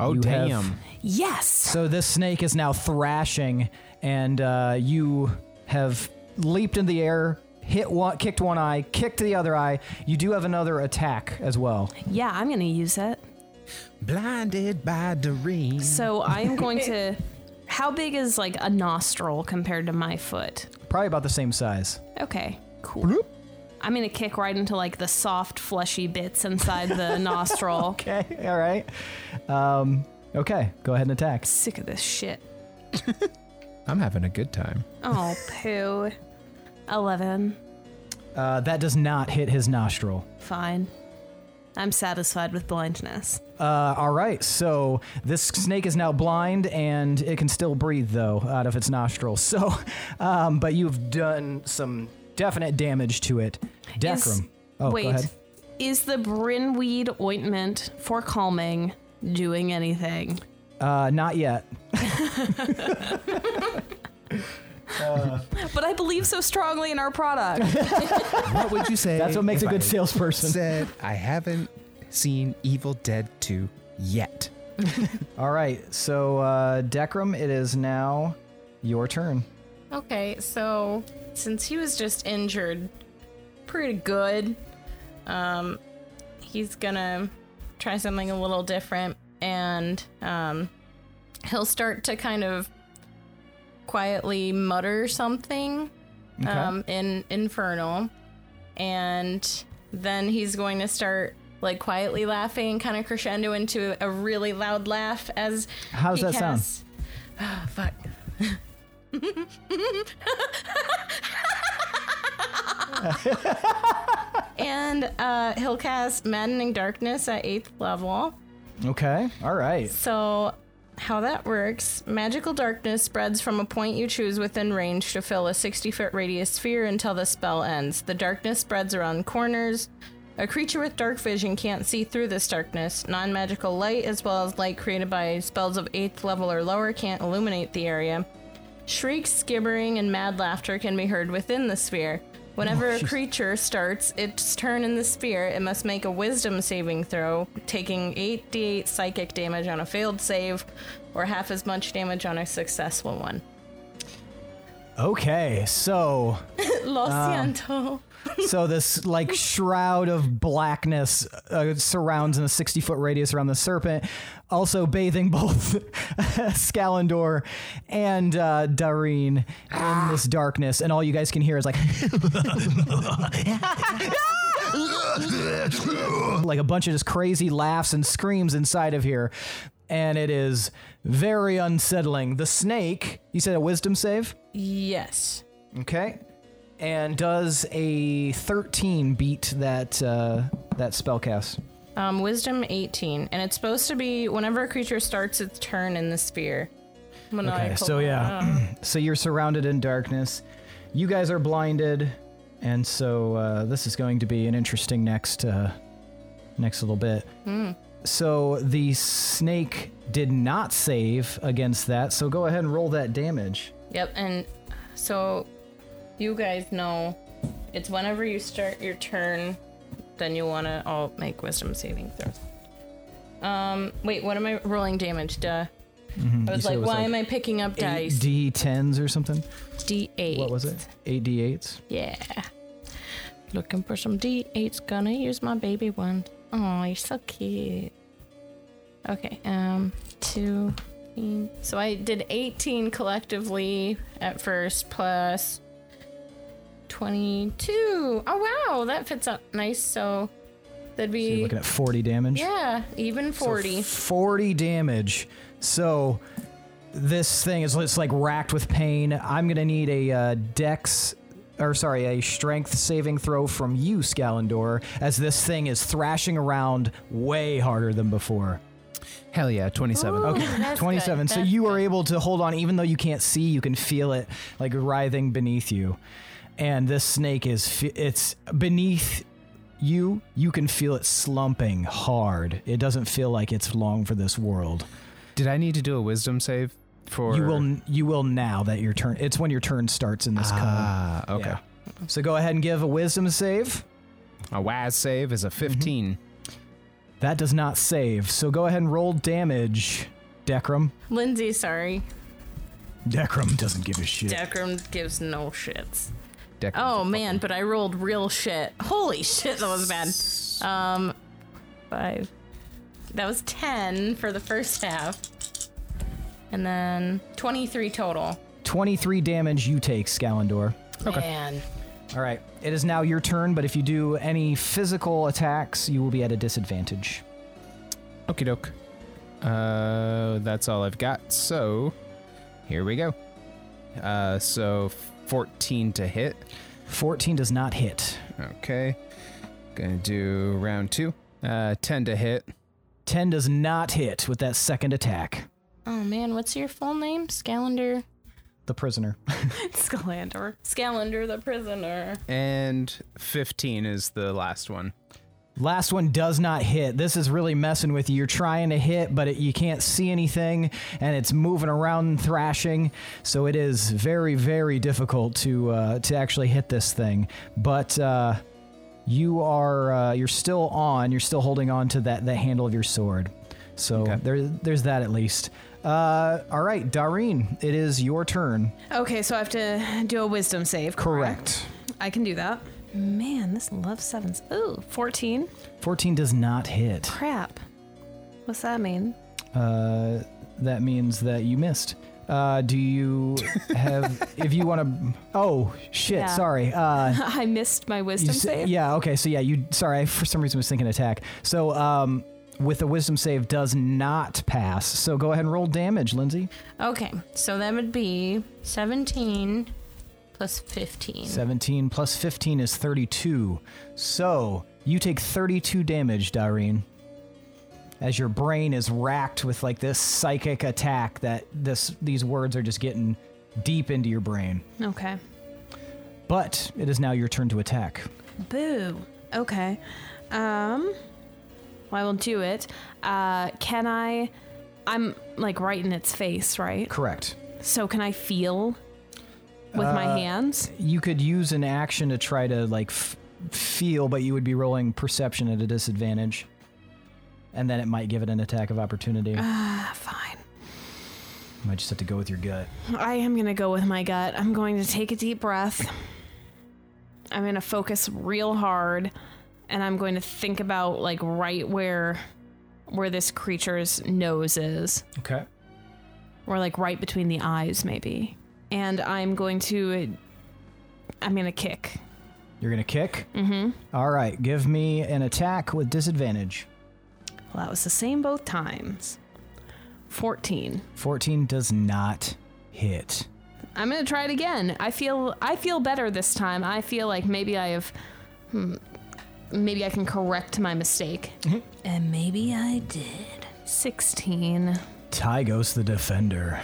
C: Oh
A: You have-
C: damn!
G: Yes.
A: So this snake is now thrashing, and uh, you have leaped in the air, hit one, kicked one eye, kicked the other eye. You do have another attack as well.
G: Yeah, I'm going to use it.
C: Blinded by the rain.
G: So I'm going to. How big is like a nostril compared to my foot?
A: Probably about the same size. *laughs*
G: Okay, cool. I'm going to kick right into like the soft, fleshy bits inside the nostril.
A: Okay. All right. Um, okay. Go ahead and attack.
G: Sick of this shit.
C: I'm having a good time.
G: Oh, poo. 11.
A: Uh, that does not hit his nostril.
G: Fine. I'm satisfied with blindness.
A: Uh, all right, so this snake is now blind and it can still breathe though out of its nostrils. *laughs* So, um, but you've done some definite damage to it, Decrum. oh,
G: Wait.
A: go ahead.
G: Is the Brinweed ointment for calming doing anything?
A: Uh, not yet.
G: But I believe so strongly in our product.
C: What would you say?
A: That's what makes a
C: if
A: good
C: I
A: salesperson.
C: *laughs* Said I haven't seen Evil Dead 2 yet.
A: All right, so uh, Decrum, it is now your turn.
D: Okay, so since he was just injured pretty good, um, he's gonna try something a little different and um, he'll start to kind of quietly mutter something um, in Infernal. And then he's going to start like quietly laughing, kind of crescendo into a really loud laugh as.
A: How does
D: he
A: that sound?
D: casts- Oh, fuck. Oh, *laughs* and uh, he'll cast Maddening Darkness at 8th level.
A: Okay, all right.
D: So, how that works magical darkness spreads from a point you choose within range to fill a 60 foot radius sphere until the spell ends. The darkness spreads around corners. A creature with dark vision can't see through this darkness. Non magical light, as well as light created by spells of 8th level or lower, can't illuminate the area. Shrieks, gibbering, and mad laughter can be heard within the sphere.
F: Oh,
D: Whenever a creature starts its turn in the sphere, it must make a wisdom saving throw, taking 8d8 psychic damage on a failed save, or half as much damage on a successful one.
A: Okay, so
D: Lo
F: Ah.
D: siento.
A: *laughs* so this like shroud of blackness uh, surrounds in a 60 foot radius around the serpent also bathing *laughs* both Scalendor and uh, Doreen in this darkness and all you guys can hear is like *laughs* like a bunch of just crazy laughs and screams inside of here and it is very unsettling the snake you said a wisdom save
D: Yes.
A: Okay. And does a 13 beat that uh, that spell cast?
D: Um, wisdom 18. And it's supposed to be whenever a creature starts its turn in the sphere.
F: Okay,
D: Maniacal-
F: so yeah.
A: So you're surrounded in darkness. You guys are blinded, and so uh, this is going to be an interesting next uh, next little bit.
D: Hmm.
A: So the snake did not save against that. So go ahead and roll that damage.
D: Yep, and so you guys know it's whenever you start your turn, then you want to all make wisdom saving throws. Um, wait, what am I rolling damage? Duh. Mm-hmm. I was
A: said
D: like,
A: it was
D: why
A: like
D: am I picking up
A: Eight
D: dice?
A: D10s or something.
D: D8.
A: What was it? Eight D8s.
D: Yeah. Looking for some D8s. Gonna use my baby one. Oh, you're so cute. Okay, um, two. So I did 18 collectively at first, plus 22. Oh, wow, that fits up nice. So that'd
A: So you're
D: be,
A: looking at 40 damage.
D: yeah, even
A: So
D: 40.
A: 40 damage. So this thing is it's like racked with pain. I'm going to need a uh, dex or sorry, a strength saving throw from you, Scalendor, as this thing is thrashing around way harder than before.
C: Hell yeah, 27.
D: Ooh,
C: Okay.
D: that's
A: 27.
D: good,
A: So
D: that's
A: you
D: good.
A: are able to hold on even though you can't see, you can feel it like writhing beneath you. And this snake is fe- it's beneath you, you can feel it slumping hard. It doesn't feel like it's long for this world.
C: Did I need to do a wisdom save for?
A: You will, you will now that your turn. It's when your turn starts in this cone.
C: Ah, okay.
A: Yeah. So go ahead and give a wisdom save.
C: A wise save is a 15
A: That does not save. So go ahead and roll damage, Decrum.
D: Lindsay, sorry.
F: Decrum doesn't give a shit.
D: Decrum gives no shits.
C: Deck-
D: Oh man, but I rolled real shit. *laughs* Holy shit, that was bad. Um, five. That was ten for the first half, and then twenty-three total.
A: 23 damage you take, Scalendor.
D: Okay. Man,
A: All right. It is now your turn, but if you do any physical attacks, you will be at a disadvantage.
C: Okie doke. Uh, that's all I've got. So, here we go. Uh, so 14 to hit.
A: 14 does not hit.
C: Okay. Gonna do round two. Uh, 10 to hit.
A: 10 does not hit with that second attack.
D: oh man, what's your full name? Scalander.
A: The prisoner.
J: Scalander.
D: Scalander the prisoner.
C: And 15 is the last one.
A: Last one does not hit. This is really messing with you. You're trying to hit, but it, you can't see anything, and it's moving around and thrashing. So it is very, very difficult to uh, to actually hit this thing. But uh, you are uh, you're still on. You're still holding on to that the handle of your sword. So there, there's that at least. Uh, all right, Dareen, it is your turn.
E: Okay, so I have to do a wisdom save.
A: Correct.
E: I can do that. Man, this love sevens. Ooh, 14.
A: 14 does not hit.
E: Crap. What's that mean? *laughs*
A: Uh, that means that you missed. Uh, do
E: *laughs*
A: you have? if you want to, oh shit,
E: Yeah.
A: sorry. Uh,
E: I missed my
A: you
E: *laughs* wisdom
A: s-
E: save.
A: yeah, okay, so yeah, you. Sorry, I for some reason was thinking attack. So, um, with a wisdom save does not pass. So go ahead and roll damage, Lindsay.
E: Hmm.
D: Okay, so that would be seventeen plus fifteen.
A: Seventeen plus fifteen is thirty-two. So you take thirty-two damage, Dareen. As your brain is racked with like this psychic attack that this these words are just getting deep into your brain.
E: Okay.
A: But it is now your turn to attack.
E: Boo. Okay. Um well, I will do it. Uh can I I'm like right in its face, right?
A: Correct.
E: So can I feel with my hands?
A: You could use an action to try to like f- feel, but you would be rolling perception at a disadvantage, and then it might give it an attack of opportunity. you
E: Ah, fine.
A: might just have to go with your gut.
E: I am going to go with my gut. I'm going to take a deep breath. I'm going to focus real hard and I'm going to think about like right where where this creature's nose is
A: Okay.
E: or like right between the eyes maybe. And I'm going to I'm going to kick.
A: You're gonna kick.
E: Mhm.
A: All right. Give me an attack with disadvantage.
E: Well, that was the same both times. 14.
A: Fourteen does not hit.
E: I'm gonna try it again. I feel I feel better this time. I feel like maybe I have, hmm, maybe I can correct my mistake. and maybe I did. Sixteen.
A: Tygos the defender.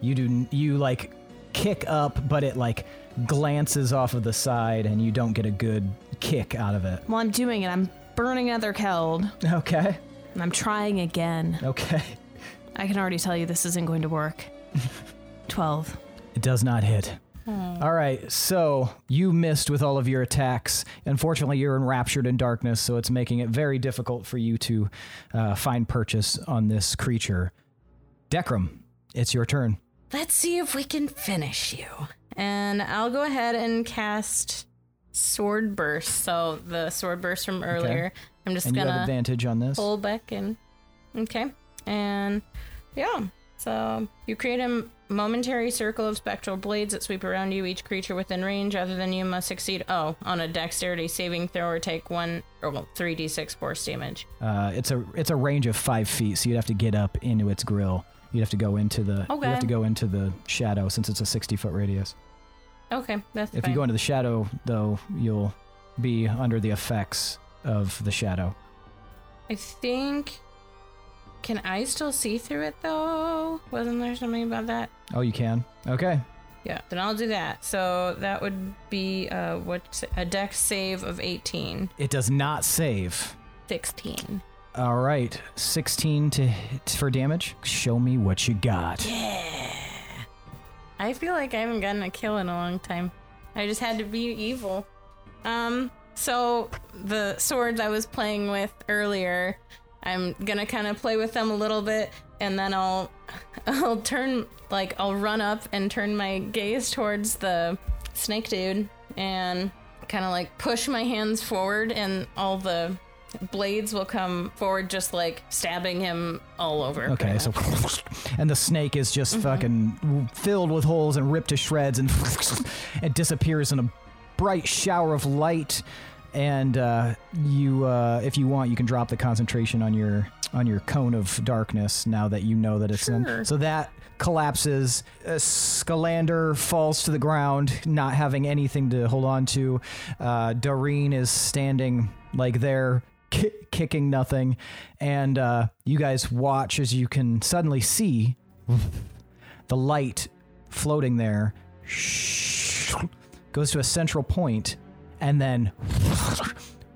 A: You do you like kick up, but it like glances off of the side, and you don't get a good kick out of it. *laughs*
E: Well, I'm doing it. I'm burning other Keld,
A: Okay.
E: and I'm trying again.
A: Okay.
E: I can already tell you this isn't going to work. Twelve.
A: It does not hit.
D: Hmm.
A: All right, so you missed with all of your attacks. Unfortunately, you're enraptured in darkness, so it's making it very difficult for you to uh, find purchase on this creature. Decrum, it's your turn.
D: Let's see if we can finish you. And I'll go ahead and cast Sword Burst. So the Sword Burst from earlier. I'm just
A: and you have
D: gonna
A: advantage on this.
D: pull back and okay, and yeah. So you create a momentary circle of spectral blades that sweep around you. Each creature within range, other than you, must succeed. Oh, on a Dexterity saving throw or take one or well three d6 force damage.
A: Uh, it's a it's a range of five feet, so you'd have to get up into its grill. You'd have to go into the
D: Okay.
A: you'd have to go into the shadow since it's a sixty foot radius.
D: Okay, that's
A: If
D: fine.
A: you go into the shadow, though, you'll be under the effects of the shadow.
D: I think. Can I still see through it though? Wasn't there something about that?
A: Oh, you can. Okay.
D: Yeah, then I'll do that. So that would be uh, what a deck save of 18.
A: It does not save.
D: 16.
A: All right, 16 to hit for damage. Show me what you got.
D: I feel like I haven't gotten a kill in a long time. I just had to be evil. Um, so the swords I was playing with earlier, I'm gonna kind of play with them a little bit, and then I'll, *laughs* I'll turn like I'll run up and turn my gaze towards the snake dude, and kind of like push my hands forward, and all the blades will come forward, just like stabbing him all over.
A: Okay, so *laughs* and the snake is just fucking filled with holes and ripped to shreds, and *laughs* it disappears in a bright shower of light. And uh, you, uh, if you want, you can drop the concentration on your on your cone of darkness now that you know that it's in.
D: Sure.
A: So that collapses. Uh, Scalander falls to the ground, not having anything to hold on to. Uh, Doreen is standing like there, ki- kicking nothing. And uh, you guys watch as you can suddenly see the light floating there goes to a central point and then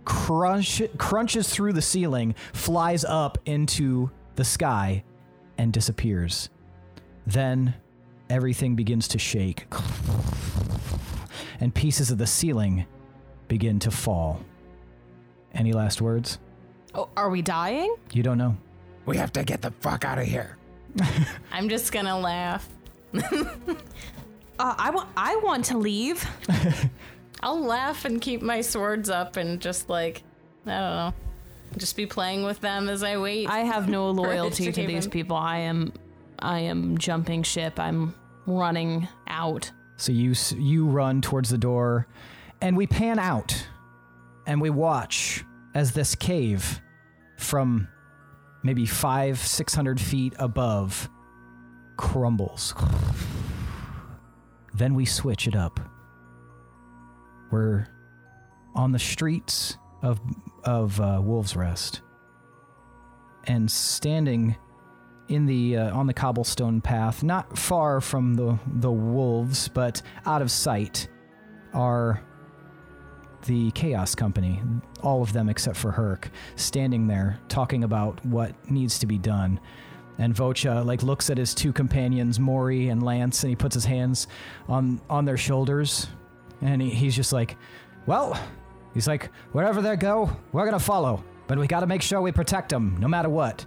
A: crunch, crunches through the ceiling, flies up into the sky, and disappears. Then everything begins to shake, and pieces of the ceiling begin to fall. Any last words?
G: Oh, are we dying?
A: You don't know.
C: We have to get the fuck out of here.
D: I'm just gonna laugh.
E: Uh, I, wa- I want to leave.
D: I'll laugh and keep my swords up and just like, I don't know, just be playing with them as I wait.
G: I have no loyalty to
D: Haven.
G: these people. I am, I am jumping ship. I'm running out.
A: So you s- you run towards the door, and we pan out, and we watch as this cave, from maybe five six hundred feet above, crumbles. then we switch it up. We're on the streets of of uh, Wolves Rest, and standing in the uh, on the cobblestone path, not far from the the wolves, but out of sight, are the Chaos Company. All of them except for Herc, standing there talking about what needs to be done. And Vocha like looks at his two companions, Mori and Lance, and he puts his hands on on their shoulders, and he, he's just like, "Well," he's like, "Wherever they go, we're gonna follow, but we got to make sure we protect them, no matter what."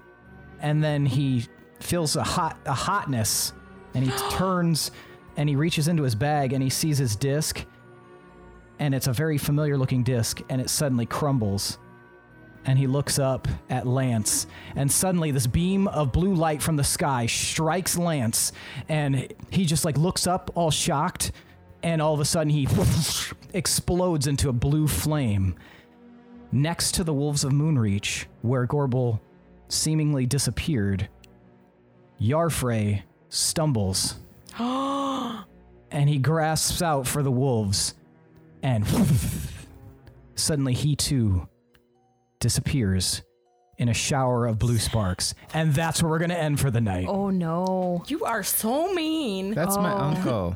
A: and then he feels a hot a hotness and he turns and he reaches into his bag and he sees his disc and it's a very familiar looking disc and it suddenly crumbles and he looks up at Lance and suddenly this beam of blue light from the sky strikes Lance and he just like looks up all shocked and all of a sudden he *laughs* explodes into a blue flame next to the wolves of moonreach where Gorbel seemingly disappeared, Yarfrey
D: *gasps*
A: stumbles and he grasps out for the wolves and *laughs* suddenly he too disappears in a shower of blue sparks. And that's where we're going to end for the night.
G: Oh no!
D: you are so mean.
C: That's my *laughs* uncle.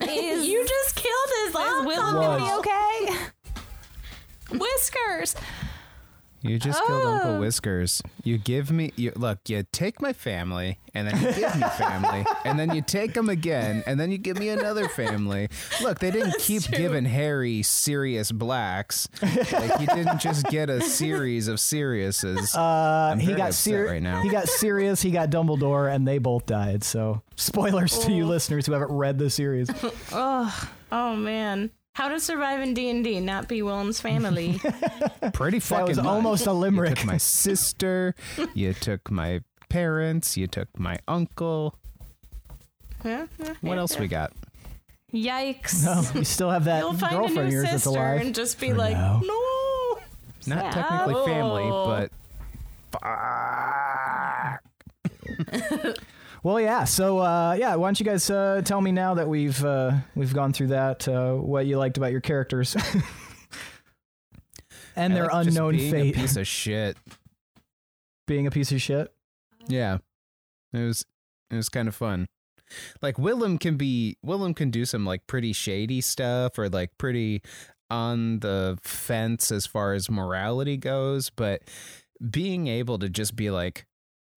D: you just killed his uncle.
A: Was.
E: Okay.
G: Whiskers.
C: You just killed Uncle
A: Oh.
C: Whiskers. You give me you look. You take my family, and then you give me
A: *laughs*
C: family, and then you take them again, and then you give me another family. Look, they didn't keep giving Harry serious blacks. Like you didn't just get a series of seriouses.
A: Uh,
C: I'm
A: he
C: very
A: got
C: upset
A: serious.
C: right now.
A: He *laughs* got serious. He got Dumbledore, and they both died. So, spoilers to you listeners who haven't read the series.
D: Oh man, how to survive in D and D? Not be Willem's
C: *laughs*
D: family.
C: Pretty fucking.
A: That was
C: much.
A: almost a
C: You
A: limerick.
C: took my sister. you took my parents. You took my uncle. What else we got?
A: *laughs*
G: Yikes.
A: No, you still have that
D: You'll find a
A: girlfriend of
D: new
A: yours that's
D: sister
A: alive.
D: and just be like,
F: now.
D: no.
C: Not technically family,
A: Oh.
C: but fuck.
A: Well, yeah. So, uh, yeah. Why don't you guys uh, tell me now that we've uh, we've gone through that uh, what you liked about your characters *laughs* and
C: I
A: their
C: like just
A: unknown
C: being
A: fate,
C: A piece of shit.
A: being a piece of shit.
C: Yeah, it was. It was kind of fun. like Willem can be Willem can do some like pretty shady stuff or like pretty on the fence as far as morality goes, but being able to just be like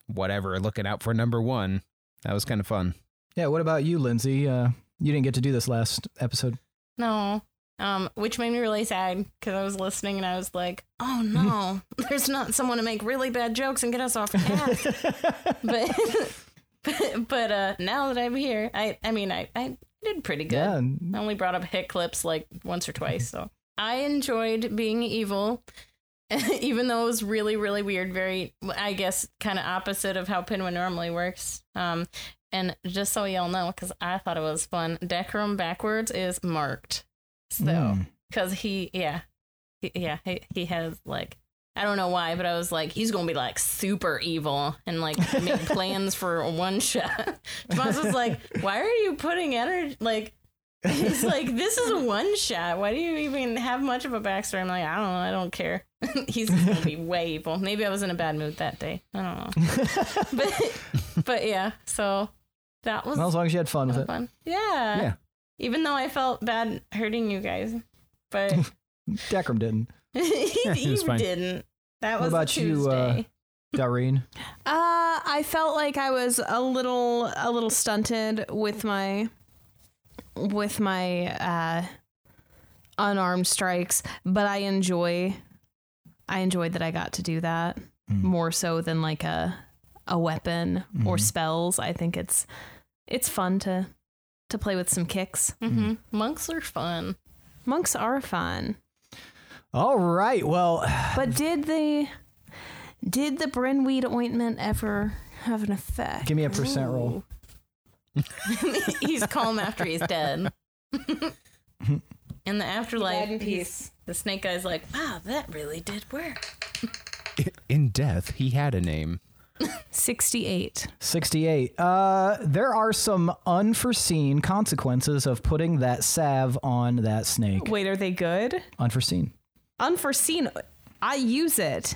C: whatever, looking out for number 1, that was kind of fun.
A: Yeah. What about you, Lindsay? Uh, you didn't get to do this last episode.
D: No. Um, which made me really sad because I was listening and I was like, oh no, *laughs* there's not someone to make really bad jokes and get us off path. but, *laughs* but but uh now that I'm here, I I mean I, I did pretty good.
A: Yeah.
D: I only brought up hit clips like once or twice, so I enjoyed being evil. *laughs* Even though it was really, really weird, very, I guess, kind of opposite of how Pinwin normally works. Um, and just so y'all know, because I thought it was fun, Decorum backwards is marked. So,
A: Mm.
D: because he, yeah, he, yeah, he, he has like, I don't know why, but I was like, he's gonna be like super evil and like make plans for a one shot. *laughs* Tomas was like, why are you putting energy? Like, *laughs* he's like, this is a one shot. Why do you even have much of a backstory? I'm like, I don't know. I don't care. *laughs* he's gonna be way evil. Maybe I was in a bad mood that day. I don't know but but yeah, so that was,
A: Well, as long as you had fun with
D: kinda
A: it.
D: fun. Yeah.
C: Yeah.
D: Even though I felt bad hurting you guys, but *laughs*
A: Decrum
C: *laughs*
A: didn't.
D: he,
C: it was
D: you
C: fine.
D: didn't. That was
A: about
D: Tuesday.
A: you, uh, Doreen.
G: Uh, I felt like I was a little a little stunted with my with my uh, unarmed strikes, but I enjoy I enjoyed that I got to do that
A: Mm.
G: more so than like a a weapon or
A: Mm-hmm.
G: spells. I think it's it's fun to to play with some kicks.
D: hmm Monks are fun.
G: Monks are fun,
A: All right. Well, *sighs*
G: but did the did the Brinweed ointment ever have an effect?
A: give me a percent roll.
D: *laughs* he's calm after he's dead.
A: *laughs*
D: In the afterlife, he's- the snake guy's like, "Wow, that really did work."
C: In death, he had a name.
G: Sixty eight.
A: 68. Uh, there are some unforeseen consequences of putting that salve on that snake.
G: Wait, are they good?
C: Oh.
A: Unforeseen.
G: Unforeseen. I use it.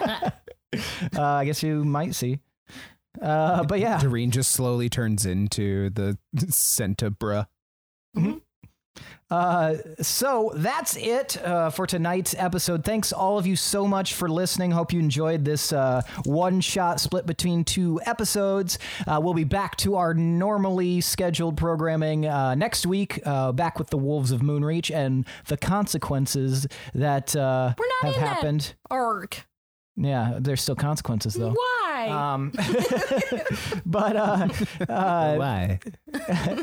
A: Uh, I guess you might see. Uh, but yeah.
C: *laughs* Doreen just slowly turns into the *laughs* Centibra.
A: Uh, so that's it uh, for tonight's episode. Thanks all of you so much for listening. Hope you enjoyed this uh, one shot split between two episodes. Uh, we'll be back to our normally scheduled programming uh, next week, uh, back with the Wolves of Moonreach and the consequences that uh,
D: We're
A: have
D: not in that-
A: happened.
D: Arg.
A: Yeah, there's still consequences though.
D: Why?
A: Um, but
D: *laughs*
A: uh, uh,
C: Why?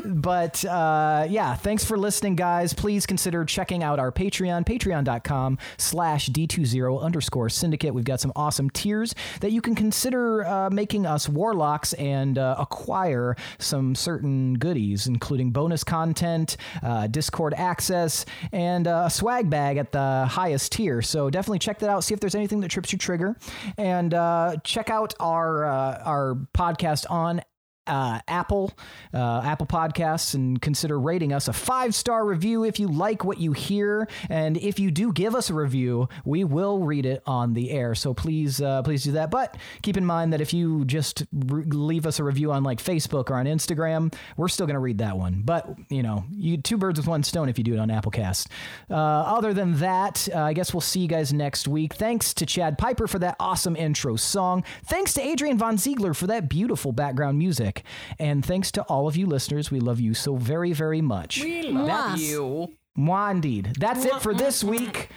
A: but uh, yeah thanks for listening guys please consider checking out our patreon patreon.com slash d20 underscore syndicate we've got some awesome tiers that you can consider uh, making us warlocks and uh, acquire some certain goodies including bonus content uh, discord access and uh, a swag bag at the highest tier so definitely check that out see if there's anything that trips your trigger and uh, check out our uh, our podcast on uh, Apple, uh, Apple Podcasts, and consider rating us a five star review if you like what you hear. And if you do give us a review, we will read it on the air. So please, uh, please do that. But keep in mind that if you just re- leave us a review on like Facebook or on Instagram, we're still going to read that one. But you know, you two birds with one stone if you do it on Applecast. Uh, other than that, uh, I guess we'll see you guys next week. Thanks to Chad Piper for that awesome intro song. Thanks to Adrian Von Ziegler for that beautiful background music. And thanks to all of you listeners. We love you so very, very much. We love you. Mwah, indeed. That's it for this week.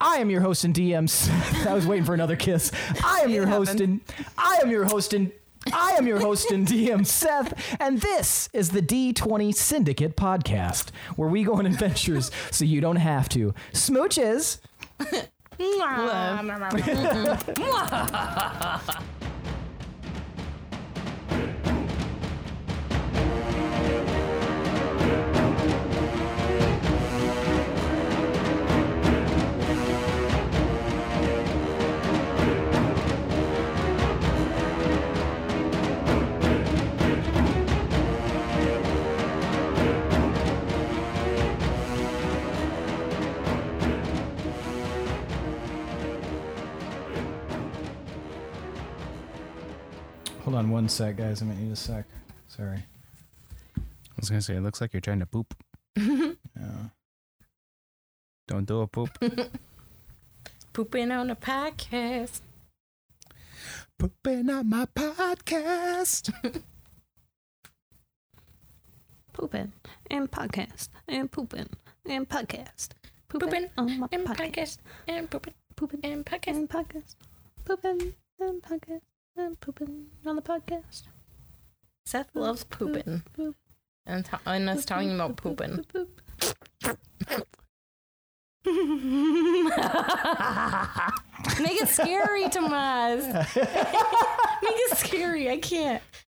A: I am your host and DM. *laughs* I was waiting for another kiss. I am your host and I am your host and I am your host and DM Seth, and this is the D20 Syndicate podcast, where we go on adventures so you don't have to. Smooches. Hold on one sec, guys. I might need a sec. Sorry.
C: I was gonna say it looks like you're trying to poop.
A: Uh,
C: Don't do a poop.
D: *laughs* Pooping on a podcast.
C: Pooping on my podcast.
G: Pooping and podcast and pooping and podcast.
D: Pooping
G: on my
D: and
G: podcast.
D: podcast. And pooping.
G: Pooping
D: And podcast.
G: and podcast. Pooping and podcast and pooping on the podcast.
D: Seth loves pooping. And, t- and us talking *laughs* about pooping.
A: *laughs*
D: Make it scary, Tomas. Make it scary. I can't.